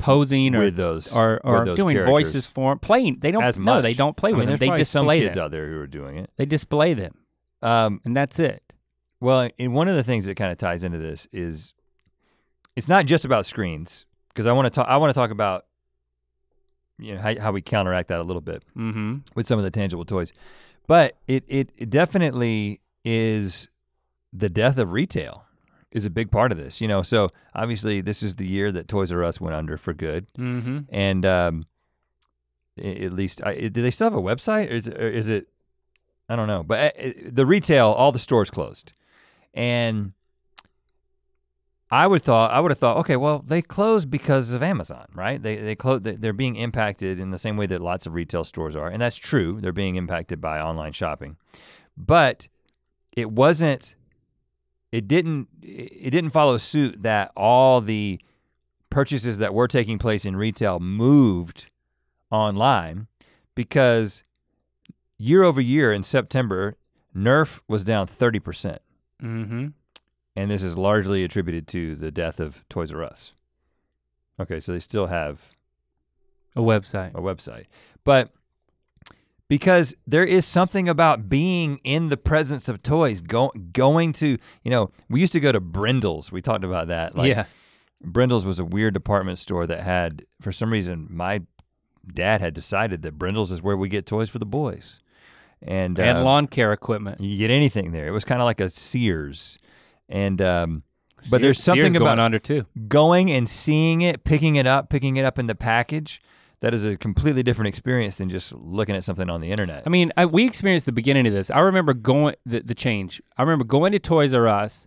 S2: posing or
S1: with those
S2: or, or
S1: with those
S2: doing
S1: characters.
S2: voices for 'em, playing. They don't
S1: as much.
S2: no, they don't play
S1: I
S2: with
S1: mean,
S2: them.
S1: there's
S2: They
S1: probably
S2: display
S1: some kids
S2: them.
S1: out there who are doing it.
S2: They display them,
S1: Um,
S2: and that's it.
S1: well, and one of the things that kind of ties into this is it's not just about screens because I want to talk. I want to talk about you know how, how we counteract that a little bit
S2: Mm-hmm.
S1: with some of the tangible toys, but it it, it definitely is the death of retail is a big part of this. You know, so obviously this is the year that Toys R Us went under for good.
S2: Mm-hmm.
S1: and um, a- at least I, do they still have a website or is it, or is it I don't know, but uh, uh, the retail, all the stores closed, and I would thought I would have thought, okay, well they closed because of Amazon, right? They they close they're being impacted in the same way that lots of retail stores are, and that's true. They're being impacted by online shopping, but it wasn't. It didn't. It didn't follow suit that all the purchases that were taking place in retail moved online because year over year in September, Nerf was down 30%.
S2: Mm-hmm.
S1: And this is largely attributed to the death of Toys R Us. Okay, so they still have
S2: A website.
S1: a website. But because there is something about being in the presence of toys, go, going to, you know, we used to go to Brindle's. We talked about that. Like,
S2: yeah.
S1: Brindle's was a weird department store that had, for some reason, my dad had decided that Brindle's is where we get toys for the boys. And,
S2: and
S1: uh,
S2: lawn care equipment.
S1: you get anything there. It was kind of like a Sears. And um, but there's something
S2: going
S1: about
S2: under too.
S1: going and seeing it, picking it up, picking it up in the package, that is a completely different experience than just looking at something on the internet.
S2: I mean, I, we experienced the beginning of this. I remember going the, the change. I remember going to Toys R Us,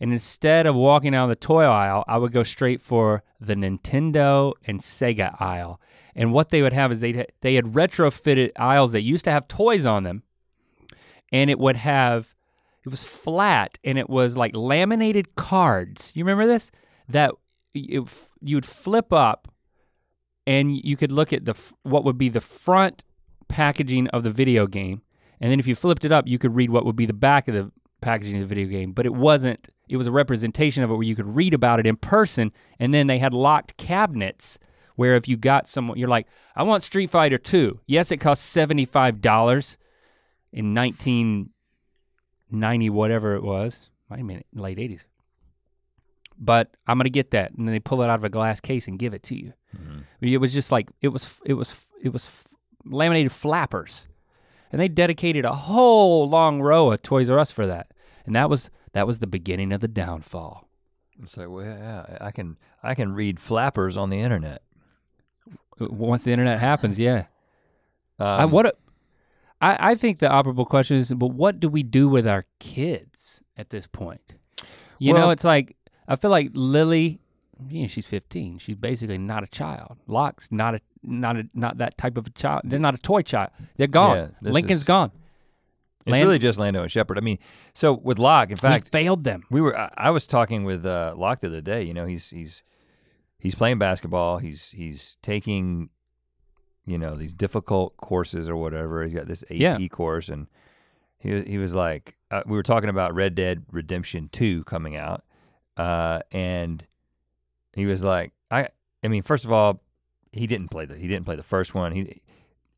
S2: and instead of walking down the toy aisle, I would go straight for the Nintendo and Sega aisle. And what they would have is they would they had retrofitted aisles that used to have toys on them, and it would have it was flat and it was like laminated cards. You remember this? That you you would flip up, and you could look at the f- what would be the front packaging of the video game. And then if you flipped it up, you could read what would be the back of the packaging of the video game. But it wasn't, it was a representation of it where you could read about it in person. And then they had locked cabinets where if you got someone, you're like, I want Street Fighter 2. Yes, it cost $75 in 1990, whatever it was. Might have been late 80s. But I'm gonna get that, and then they pull it out of a glass case and give it to you.
S1: Mhm.
S2: It was just like it was it was it was laminated flappers, and they dedicated a whole long row of Toys R Us for that, and that was that was the beginning of the downfall.
S1: It's like, well, yeah, I can I can read flappers on the internet.
S2: Uh, Once the internet happens, yeah.
S1: Um,
S2: I, what a, I I think the operable question is, but what do we do with our kids at this point? You know,
S1: Well-
S2: it's like I feel like Lily, you know, she's 15. She's basically not a child. Locke's not a not a not that type of a child. They're not a toy child. They're
S1: Yeah,
S2: gone.
S1: this
S2: Lincoln's
S1: is-
S2: gone.
S1: It's
S2: Land-
S1: really just Lando and Shepard. I mean, so with Locke, in
S2: We
S1: fact,
S2: failed them.
S1: we were. I, I was talking with uh, Locke the other day. You know, he's he's he's playing basketball. He's he's taking, you know, these difficult courses or whatever. He's got this AP
S2: Yeah.
S1: course, and he he was like, uh, we were talking about Red Dead Redemption Two coming out, uh, and he was like, I I mean, first of all, he didn't play the he didn't play the first one. He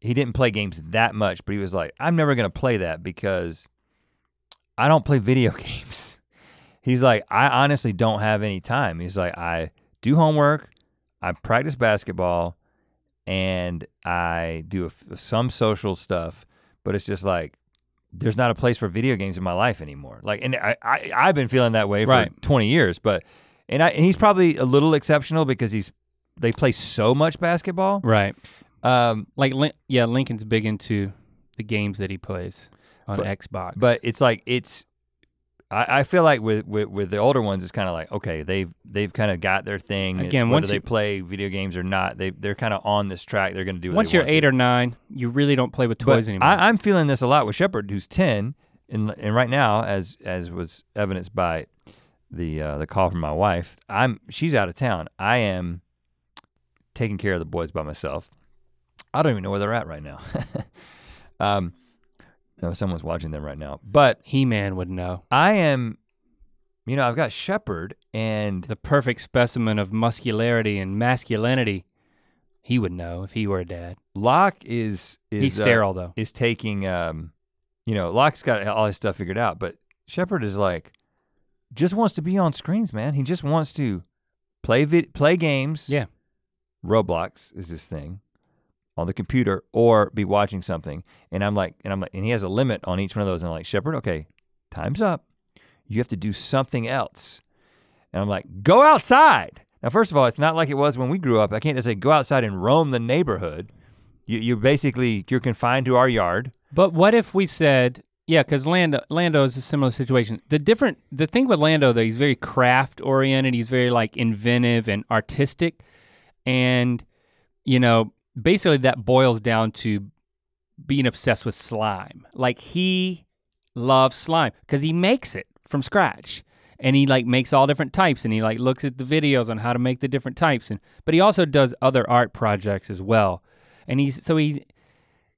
S1: he didn't play games that much, but he was like, I'm never gonna play that because I don't play video games. He's like, I honestly don't have any time. He's like, I do homework, I practice basketball, and I do a f some social stuff, but it's just like there's not a place for video games in my life anymore. Like, and I, I I've been feeling that way for
S2: Right.
S1: 20 years, but and I and he's probably a little exceptional because he's they play so much basketball.
S2: Right.
S1: Um,
S2: Like Lin- yeah, Lincoln's big into the games that he plays on
S1: But-
S2: Xbox.
S1: but it's like it's I, I feel like with, with with the older ones it's kind of like okay they've they've kind of got their thing and
S2: Again,
S1: whether
S2: once
S1: they
S2: you-
S1: play video games or not they they're kind of on this track they're going to do what
S2: once
S1: they
S2: you're
S1: want
S2: eight
S1: to.
S2: or nine, you really don't play with
S1: But
S2: toys anymore.
S1: I, I'm feeling this a lot with Shepard who's 10 and and right now as as was evidenced by the uh, the call from my wife I'm she's out of town I am taking care of the boys by myself I don't even know where they're at right now um no someone's watching them right now but
S2: He-Man would know.
S1: I am, you know, I've got Shepherd and
S2: the perfect specimen of muscularity and masculinity. He would know if he were a dad.
S1: Locke is is
S2: He's
S1: uh,
S2: sterile though.
S1: is taking um, you know, Locke's got all his stuff figured out, but Shepherd is like, just wants to be on screens, man. He just wants to play vid- play games.
S2: Yeah.
S1: Roblox is his thing on the computer or be watching something. And I'm like, and I'm like, and he has a limit on each one of those. And I'm like, Shepard, okay, time's up. You have to do something else. And I'm like, go outside. Now, first of all, it's not like it was when we grew up. I can't just say go outside and roam the neighborhood. You, you're basically you're confined to our yard.
S2: But what if we said, yeah, because Lando, Lando is a similar situation. The different, the thing with Lando though, he's very craft oriented. He's very like inventive and artistic, and you know, basically that boils down to being obsessed with slime. Like he loves slime because he makes it from scratch. And he like makes all different types, and he like looks at the videos on how to make the different types, and but he also does other art projects as well, and he's so he's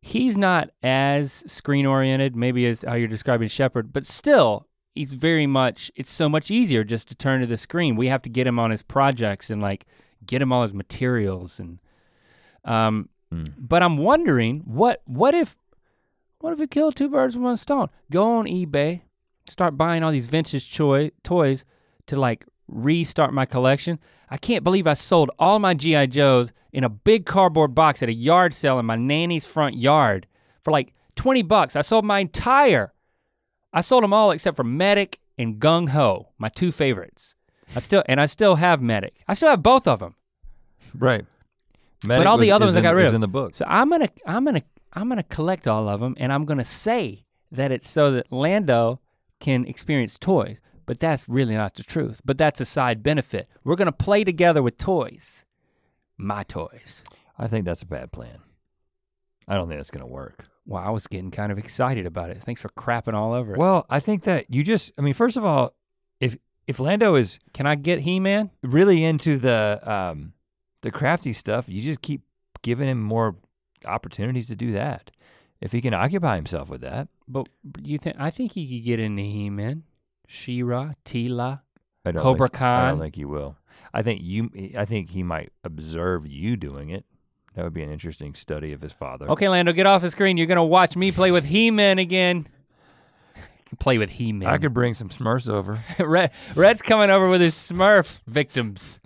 S2: he's not as screen oriented, maybe as how you're describing Shepard, but still, he's very much, it's so much easier just to turn to the screen. We have to get him on his projects and like get him all his materials and, um,
S1: Mm.
S2: but I'm wondering what, what if, what if we kill two birds with one stone? Go on eBay, start buying all these vintage choi- toys to like restart my collection. I can't believe I sold all my G.I. Joes in a big cardboard box at a yard sale in my nanny's front yard for like 20 bucks. I sold my entire, I sold them all except for Medic and Gung Ho, my two favorites. I still, and I still have Medic. I still have both of them.
S1: Right.
S2: but all the other ones I got rid
S1: Is
S2: of.
S1: in the book.
S2: So I'm gonna, I'm gonna, I'm gonna collect all of them, and I'm gonna say that it's so that Lando can experience toys. But that's really not the truth. But that's a side benefit. We're gonna play together with toys, my toys.
S1: I think that's a bad plan. I don't think that's gonna work.
S2: Wow, I was getting kind of excited about it. Thanks for crapping all over it.
S1: Well, I think that you just I mean, first of all, if if Lando is
S2: Can I get He-Man?
S1: really into the um the crafty stuff, you just keep giving him more opportunities to do that. If he can occupy himself with that.
S2: But you think I think he could get into He-Man, She-Ra, Tila.
S1: I don't
S2: Cobra
S1: think, I
S2: Khan.
S1: don't think he will. I think you I think he might observe you doing it. That would be an interesting study of his father.
S2: Okay, Lando, get off the screen. You're gonna watch me play with He-Man again. Play with He-Man.
S1: I could bring some Smurfs over.
S2: Red, Red's coming over with his Smurf victims.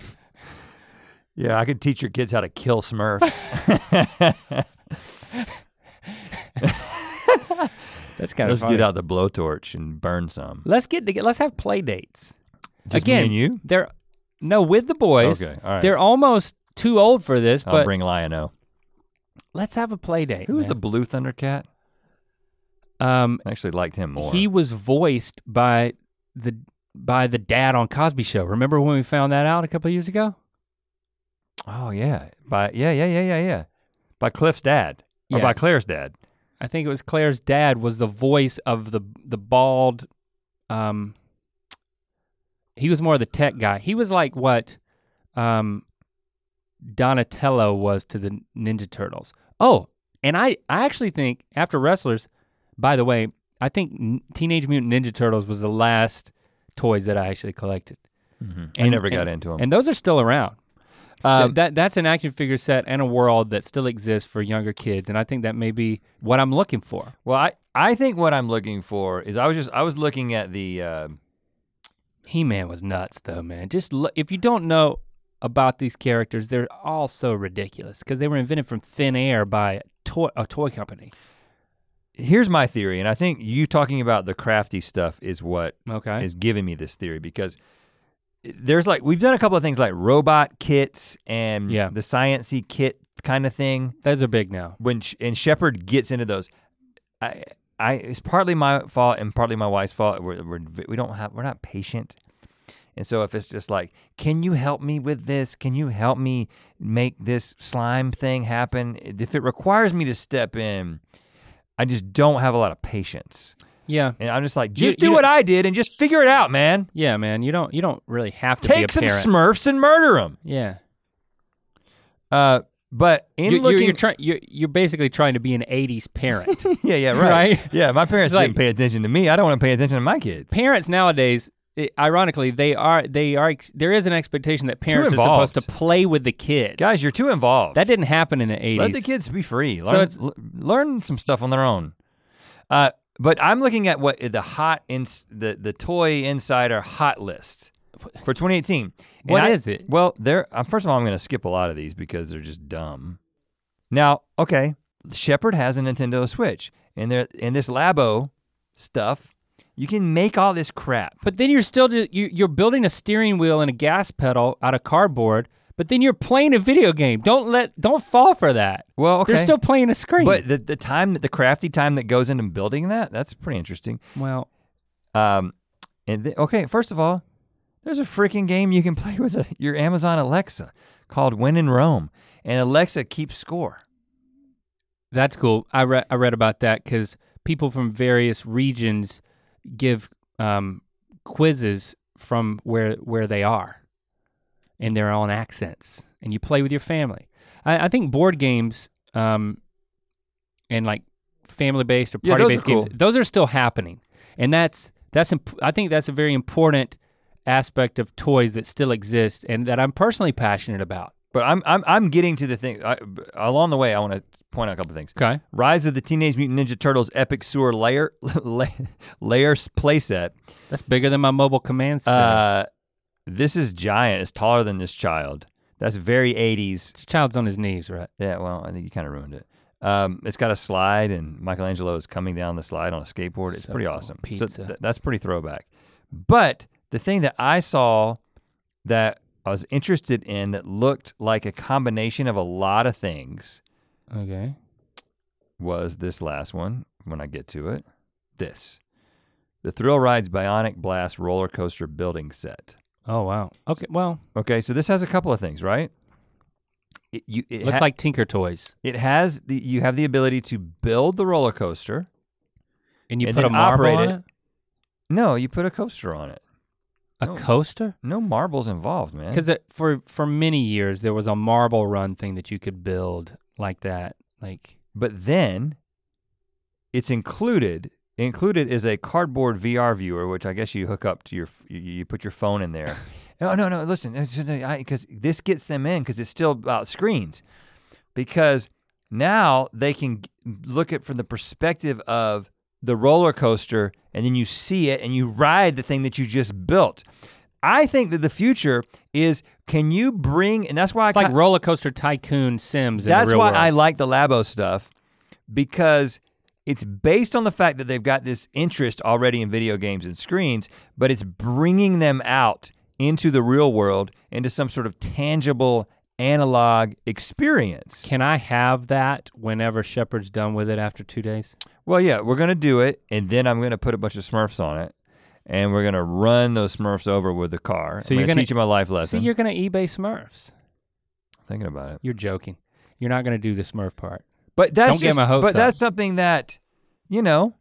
S1: Yeah, I could teach your kids how to kill Smurfs.
S2: That's kind
S1: Let's
S2: of funny.
S1: get out the blowtorch and burn some.
S2: Let's get to let's have play dates.
S1: Just
S2: Again,
S1: me and you.
S2: They're no with the boys.
S1: Okay, all right.
S2: They're almost too old for this,
S1: I'll
S2: but
S1: bring Lion-O.
S2: let's have a play date.
S1: Who was the
S2: man.
S1: blue Thundercat?
S2: um
S1: I actually liked him more.
S2: he was voiced by the by the dad on Cosby Show. Remember when we found that out a couple of years ago?
S1: oh yeah, by yeah yeah yeah yeah yeah, by Cliff's dad or
S2: Yeah.
S1: by Claire's dad.
S2: I think it was Claire's dad was the voice of the the bald um he was more of the tech guy. He was like what um Donatello was to the Ninja Turtles. Oh, and I I actually think after Wrestlers, by the way, I think N- Teenage Mutant Ninja Turtles was the last toys that I actually collected.
S1: Mm-hmm. I
S2: And-
S1: never got
S2: and-
S1: into him.
S2: And those are still around.
S1: um,
S2: Th- that that's an action figure set and a world that still exists for younger kids and I think that may be what I'm looking for.
S1: well, I I think what I'm looking for is I was just I was looking at the uh,
S2: He Man was nuts though, man. Just look, if you don't know about these characters, they're all so ridiculous because they were invented from thin air by a toy, a toy company.
S1: here's my theory, and I think you talking about the crafty stuff is what
S2: Okay.
S1: is giving me this theory because there's like we've done a couple of things like robot kits and
S2: Yeah.
S1: the sciency kit kind of thing.
S2: Those are big now.
S1: when Sh- and Shepard gets into those, I I it's partly my fault and partly my wife's fault. We're, we're v- we don't have we're not patient, and so if it's just like, can you help me with this? Can you help me make this slime thing happen? If it requires me to step in, I just don't have a lot of patience,
S2: Yeah.
S1: and I'm just like,
S2: You-
S1: just do
S2: you-
S1: what I did and just figure it out, man.
S2: Yeah, man. You don't you don't really have to
S1: Take
S2: be a
S1: some
S2: parent.
S1: Smurfs and murder them.
S2: yeah.
S1: Uh, but in
S2: You, are
S1: looking,
S2: you're, trying you're, you're basically trying to be an 80s parent.
S1: yeah, yeah, right.
S2: Right?
S1: Yeah, my parents
S2: It's like-
S1: didn't pay attention to me. I don't want to pay attention to my kids.
S2: parents nowadays i- Ironically, they are they are ex- there is an expectation that parents are supposed
S1: involved.
S2: to play with the kids.
S1: Guys, you're too involved.
S2: that didn't happen in the 80s.
S1: Let the kids be free.
S2: So
S1: Learn,
S2: it's-
S1: l- learn some stuff on their own. Uh, but I'm looking at what the hot ins the the toy insider hot list for 2018. And
S2: What
S1: I-
S2: is it?
S1: Well, there. Um, first of all, I'm going to skip a lot of these because they're just dumb. Now, okay, Shepard has a Nintendo Switch, and there and this Labo stuff, you can make all this crap.
S2: But then you're still just you, you're building a steering wheel and a gas pedal out of cardboard. But then you're playing a video game. Don't let don't fall for that.
S1: Well, okay.
S2: They're still playing a screen.
S1: but the, the time that the crafty time that goes into building that, that's pretty interesting.
S2: well,
S1: Um, and th- okay, first of all, there's a freaking game you can play with a, your Amazon Alexa called Win in Rome, and Alexa keeps score.
S2: that's cool. I read I read about that because people from various regions give um, quizzes from where where they are, in their own accents, and you play with your family. I, I think board games um, and like family based or
S1: Yeah,
S2: party
S1: those
S2: based
S1: are
S2: games,
S1: cool.
S2: those are still happening, and that's that's imp- I think that's a very important aspect of toys that still exist and that I'm personally passionate about.
S1: But I'm I'm I'm getting to the thing I, b- along the way. I want to point out a couple things.
S2: Okay.
S1: Rise of the Teenage Mutant Ninja Turtles Epic Sewer Layer Layer s- playset.
S2: That's bigger than my mobile command set.
S1: Uh, This is giant. It's taller than this child. That's very 80s.
S2: This child's on his knees, right?
S1: Yeah, well, I think you kind of ruined it. Um, it's got a slide, and Michelangelo is coming down the slide on a skateboard. It's
S2: So
S1: pretty
S2: cool.
S1: awesome. So
S2: Pizza.
S1: th- that's pretty throwback. But the thing that I saw that I was interested in that looked like a combination of a lot of things
S2: Okay.
S1: was this last one when I get to it. This. The Thrill Rides Bionic Blast roller coaster building set.
S2: Oh wow. Okay. Well,
S1: Okay, so this has a couple of things, right? It, you, it
S2: looks
S1: ha-
S2: like Tinker Toys,
S1: it has the you have the ability to build the roller coaster.
S2: and you
S1: And
S2: put a
S1: then
S2: marble
S1: operate it.
S2: on it.
S1: No, you put a coaster on it.
S2: A
S1: No.
S2: coaster?
S1: No marbles involved, man.
S2: Because for for many years there was a marble run thing that you could build like that, like
S1: But then it's included. Included is a cardboard VR viewer, which I guess you hook up to your. f- You, you put your phone in there. no, no, no. Listen, because this gets them in because it's still about screens. Because now they can g- look at from the perspective of the roller coaster, and then you see it and you ride the thing that you just built. I think that the future is can you bring, and that's why
S2: it's
S1: I
S2: like
S1: ki-
S2: roller coaster tycoon Sims. in the
S1: that's
S2: real
S1: why
S2: world.
S1: I like the Labo stuff because it's based on the fact that they've got this interest already in video games and screens, but it's bringing them out into the real world into some sort of tangible analog experience.
S2: Can I have that whenever Shepard's done with it after two days?
S1: well, yeah, we're gonna do it, and then I'm gonna put a bunch of Smurfs on it, and we're gonna run those Smurfs over with the car.
S2: So
S1: I'm
S2: you're
S1: gonna
S2: gonna-
S1: teach them a life
S2: See,
S1: lesson.
S2: you're gonna eBay Smurfs.
S1: Thinking about it,
S2: You're joking. You're not gonna do the Smurf part.
S1: but that's
S2: Don't get
S1: just-
S2: my hopes
S1: but
S2: up.
S1: that's something that, you know,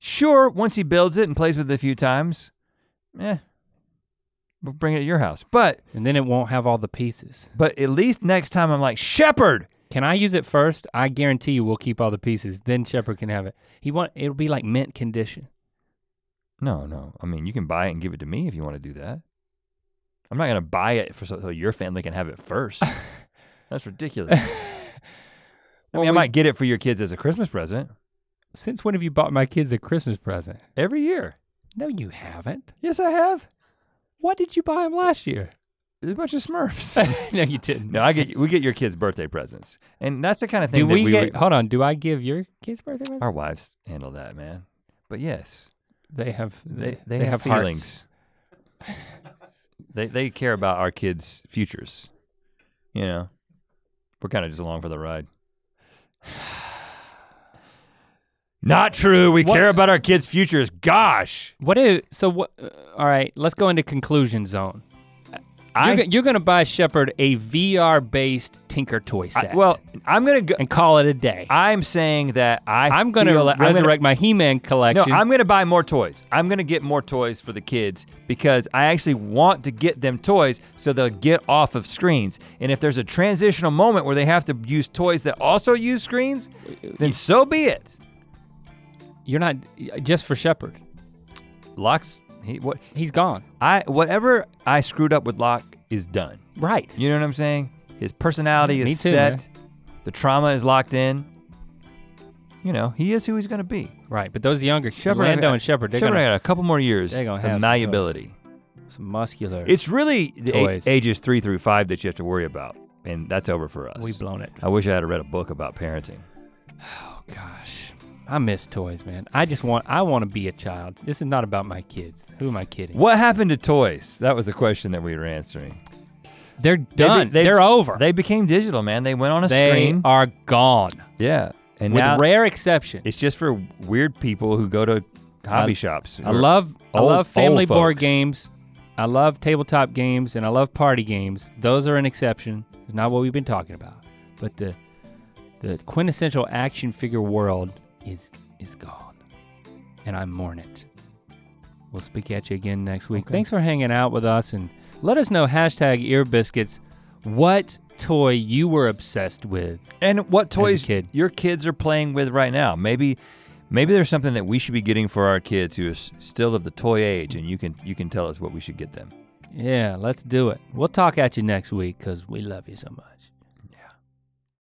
S1: sure. Once he builds it and plays with it a few times, eh, we'll bring it to your house. But
S2: And then it won't have all the pieces.
S1: but at least next time I'm like Shepherd.
S2: Can I use it first? I guarantee you we'll keep all the pieces. Then Shepard can have it. He want it'll be like mint condition.
S1: No, no. I mean, you can buy it and give it to me if you want to do that. I'm not gonna buy it for so, so your family can have it first. that's ridiculous. I mean, I
S2: Well, we-
S1: might get it for your kids as a Christmas present
S2: Since when have you bought my kids a Christmas present?
S1: every year.
S2: No, you haven't.
S1: Yes, I have.
S2: What did you buy them last year?
S1: There's a bunch of Smurfs.
S2: no, you didn't.
S1: no, I get we get your kids birthday presents, and that's the kind of thing
S2: Do
S1: that
S2: we,
S1: we
S2: get?
S1: would-
S2: Hold on. Do I give your kids birthday? presents?
S1: Our wives handle that, man. But yes,
S2: They have.
S1: they they, have,
S2: hearts.
S1: feelings. they they care about our kids' futures. You know, we're kind of just along for the ride. Not true. We
S2: What-
S1: care about our kids' futures. Gosh,
S2: What if? So what? Uh, all right. Let's go into conclusion zone.
S1: I,
S2: you're, go- you're gonna buy Shepard a VR-based Tinker Toy
S1: I-
S2: set.
S1: well, I'm gonna go.
S2: and call it a day.
S1: I'm saying that I.
S2: I, am gonna
S1: feel like- I'm
S2: resurrect my He-Man
S1: No,
S2: collection.
S1: I'm gonna buy more toys. I'm gonna get more toys for the kids because I actually want to get them toys so they'll get off of screens. And if there's a transitional moment where they have to use toys that also use screens, then so be it.
S2: you're not just for Shepard.
S1: Locke's he what
S2: He's gone.
S1: I whatever I screwed up with Locke is done.
S2: Right.
S1: You know what I'm saying? His personality
S2: Me
S1: is
S2: too,
S1: set. The trauma is locked in. You know, he is who he's gonna be.
S2: Right. But those younger
S1: Shepard,
S2: Shepard, Lando and Shepard, they're
S1: Shepard
S2: gonna
S1: got a couple more years
S2: they're gonna have
S1: of
S2: some
S1: malleability.
S2: have some muscular.
S1: It's really the a-
S2: Toys.
S1: ages three through five that you have to worry about, and that's over for us.
S2: We've blown it.
S1: I wish I had read a book about parenting.
S2: Oh gosh. I miss toys, man. I just want I want to be a child. This is not about my kids. Who am I kidding?
S1: What happened to toys? That was the question that we were answering.
S2: They're
S1: They be-
S2: done.
S1: they-
S2: They, are over.
S1: They became digital, man. They went on a
S2: They
S1: screen.
S2: are gone.
S1: yeah, and
S2: with
S1: now
S2: rare exception.
S1: it's just for weird people who go to hobby
S2: I-
S1: shops.
S2: I
S1: or-
S2: love
S1: old-
S2: I love family
S1: old
S2: board
S1: folks.
S2: games. I love tabletop games and I love party games. Those are an exception. It's not what we've been talking about. But the the quintessential action figure world is is gone. And I mourn it. We'll speak at you again next week.
S1: Okay.
S2: Thanks for hanging out with us and let us know hashtag earbiscuits what toy you were obsessed with.
S1: And what toys
S2: kid.
S1: your kids are playing with right now? Maybe, maybe there's something that we should be getting for our kids who are s- still of the toy age, and you can you can tell us what we should get them.
S2: Yeah, let's do it. We'll talk at you next week because we love you so much.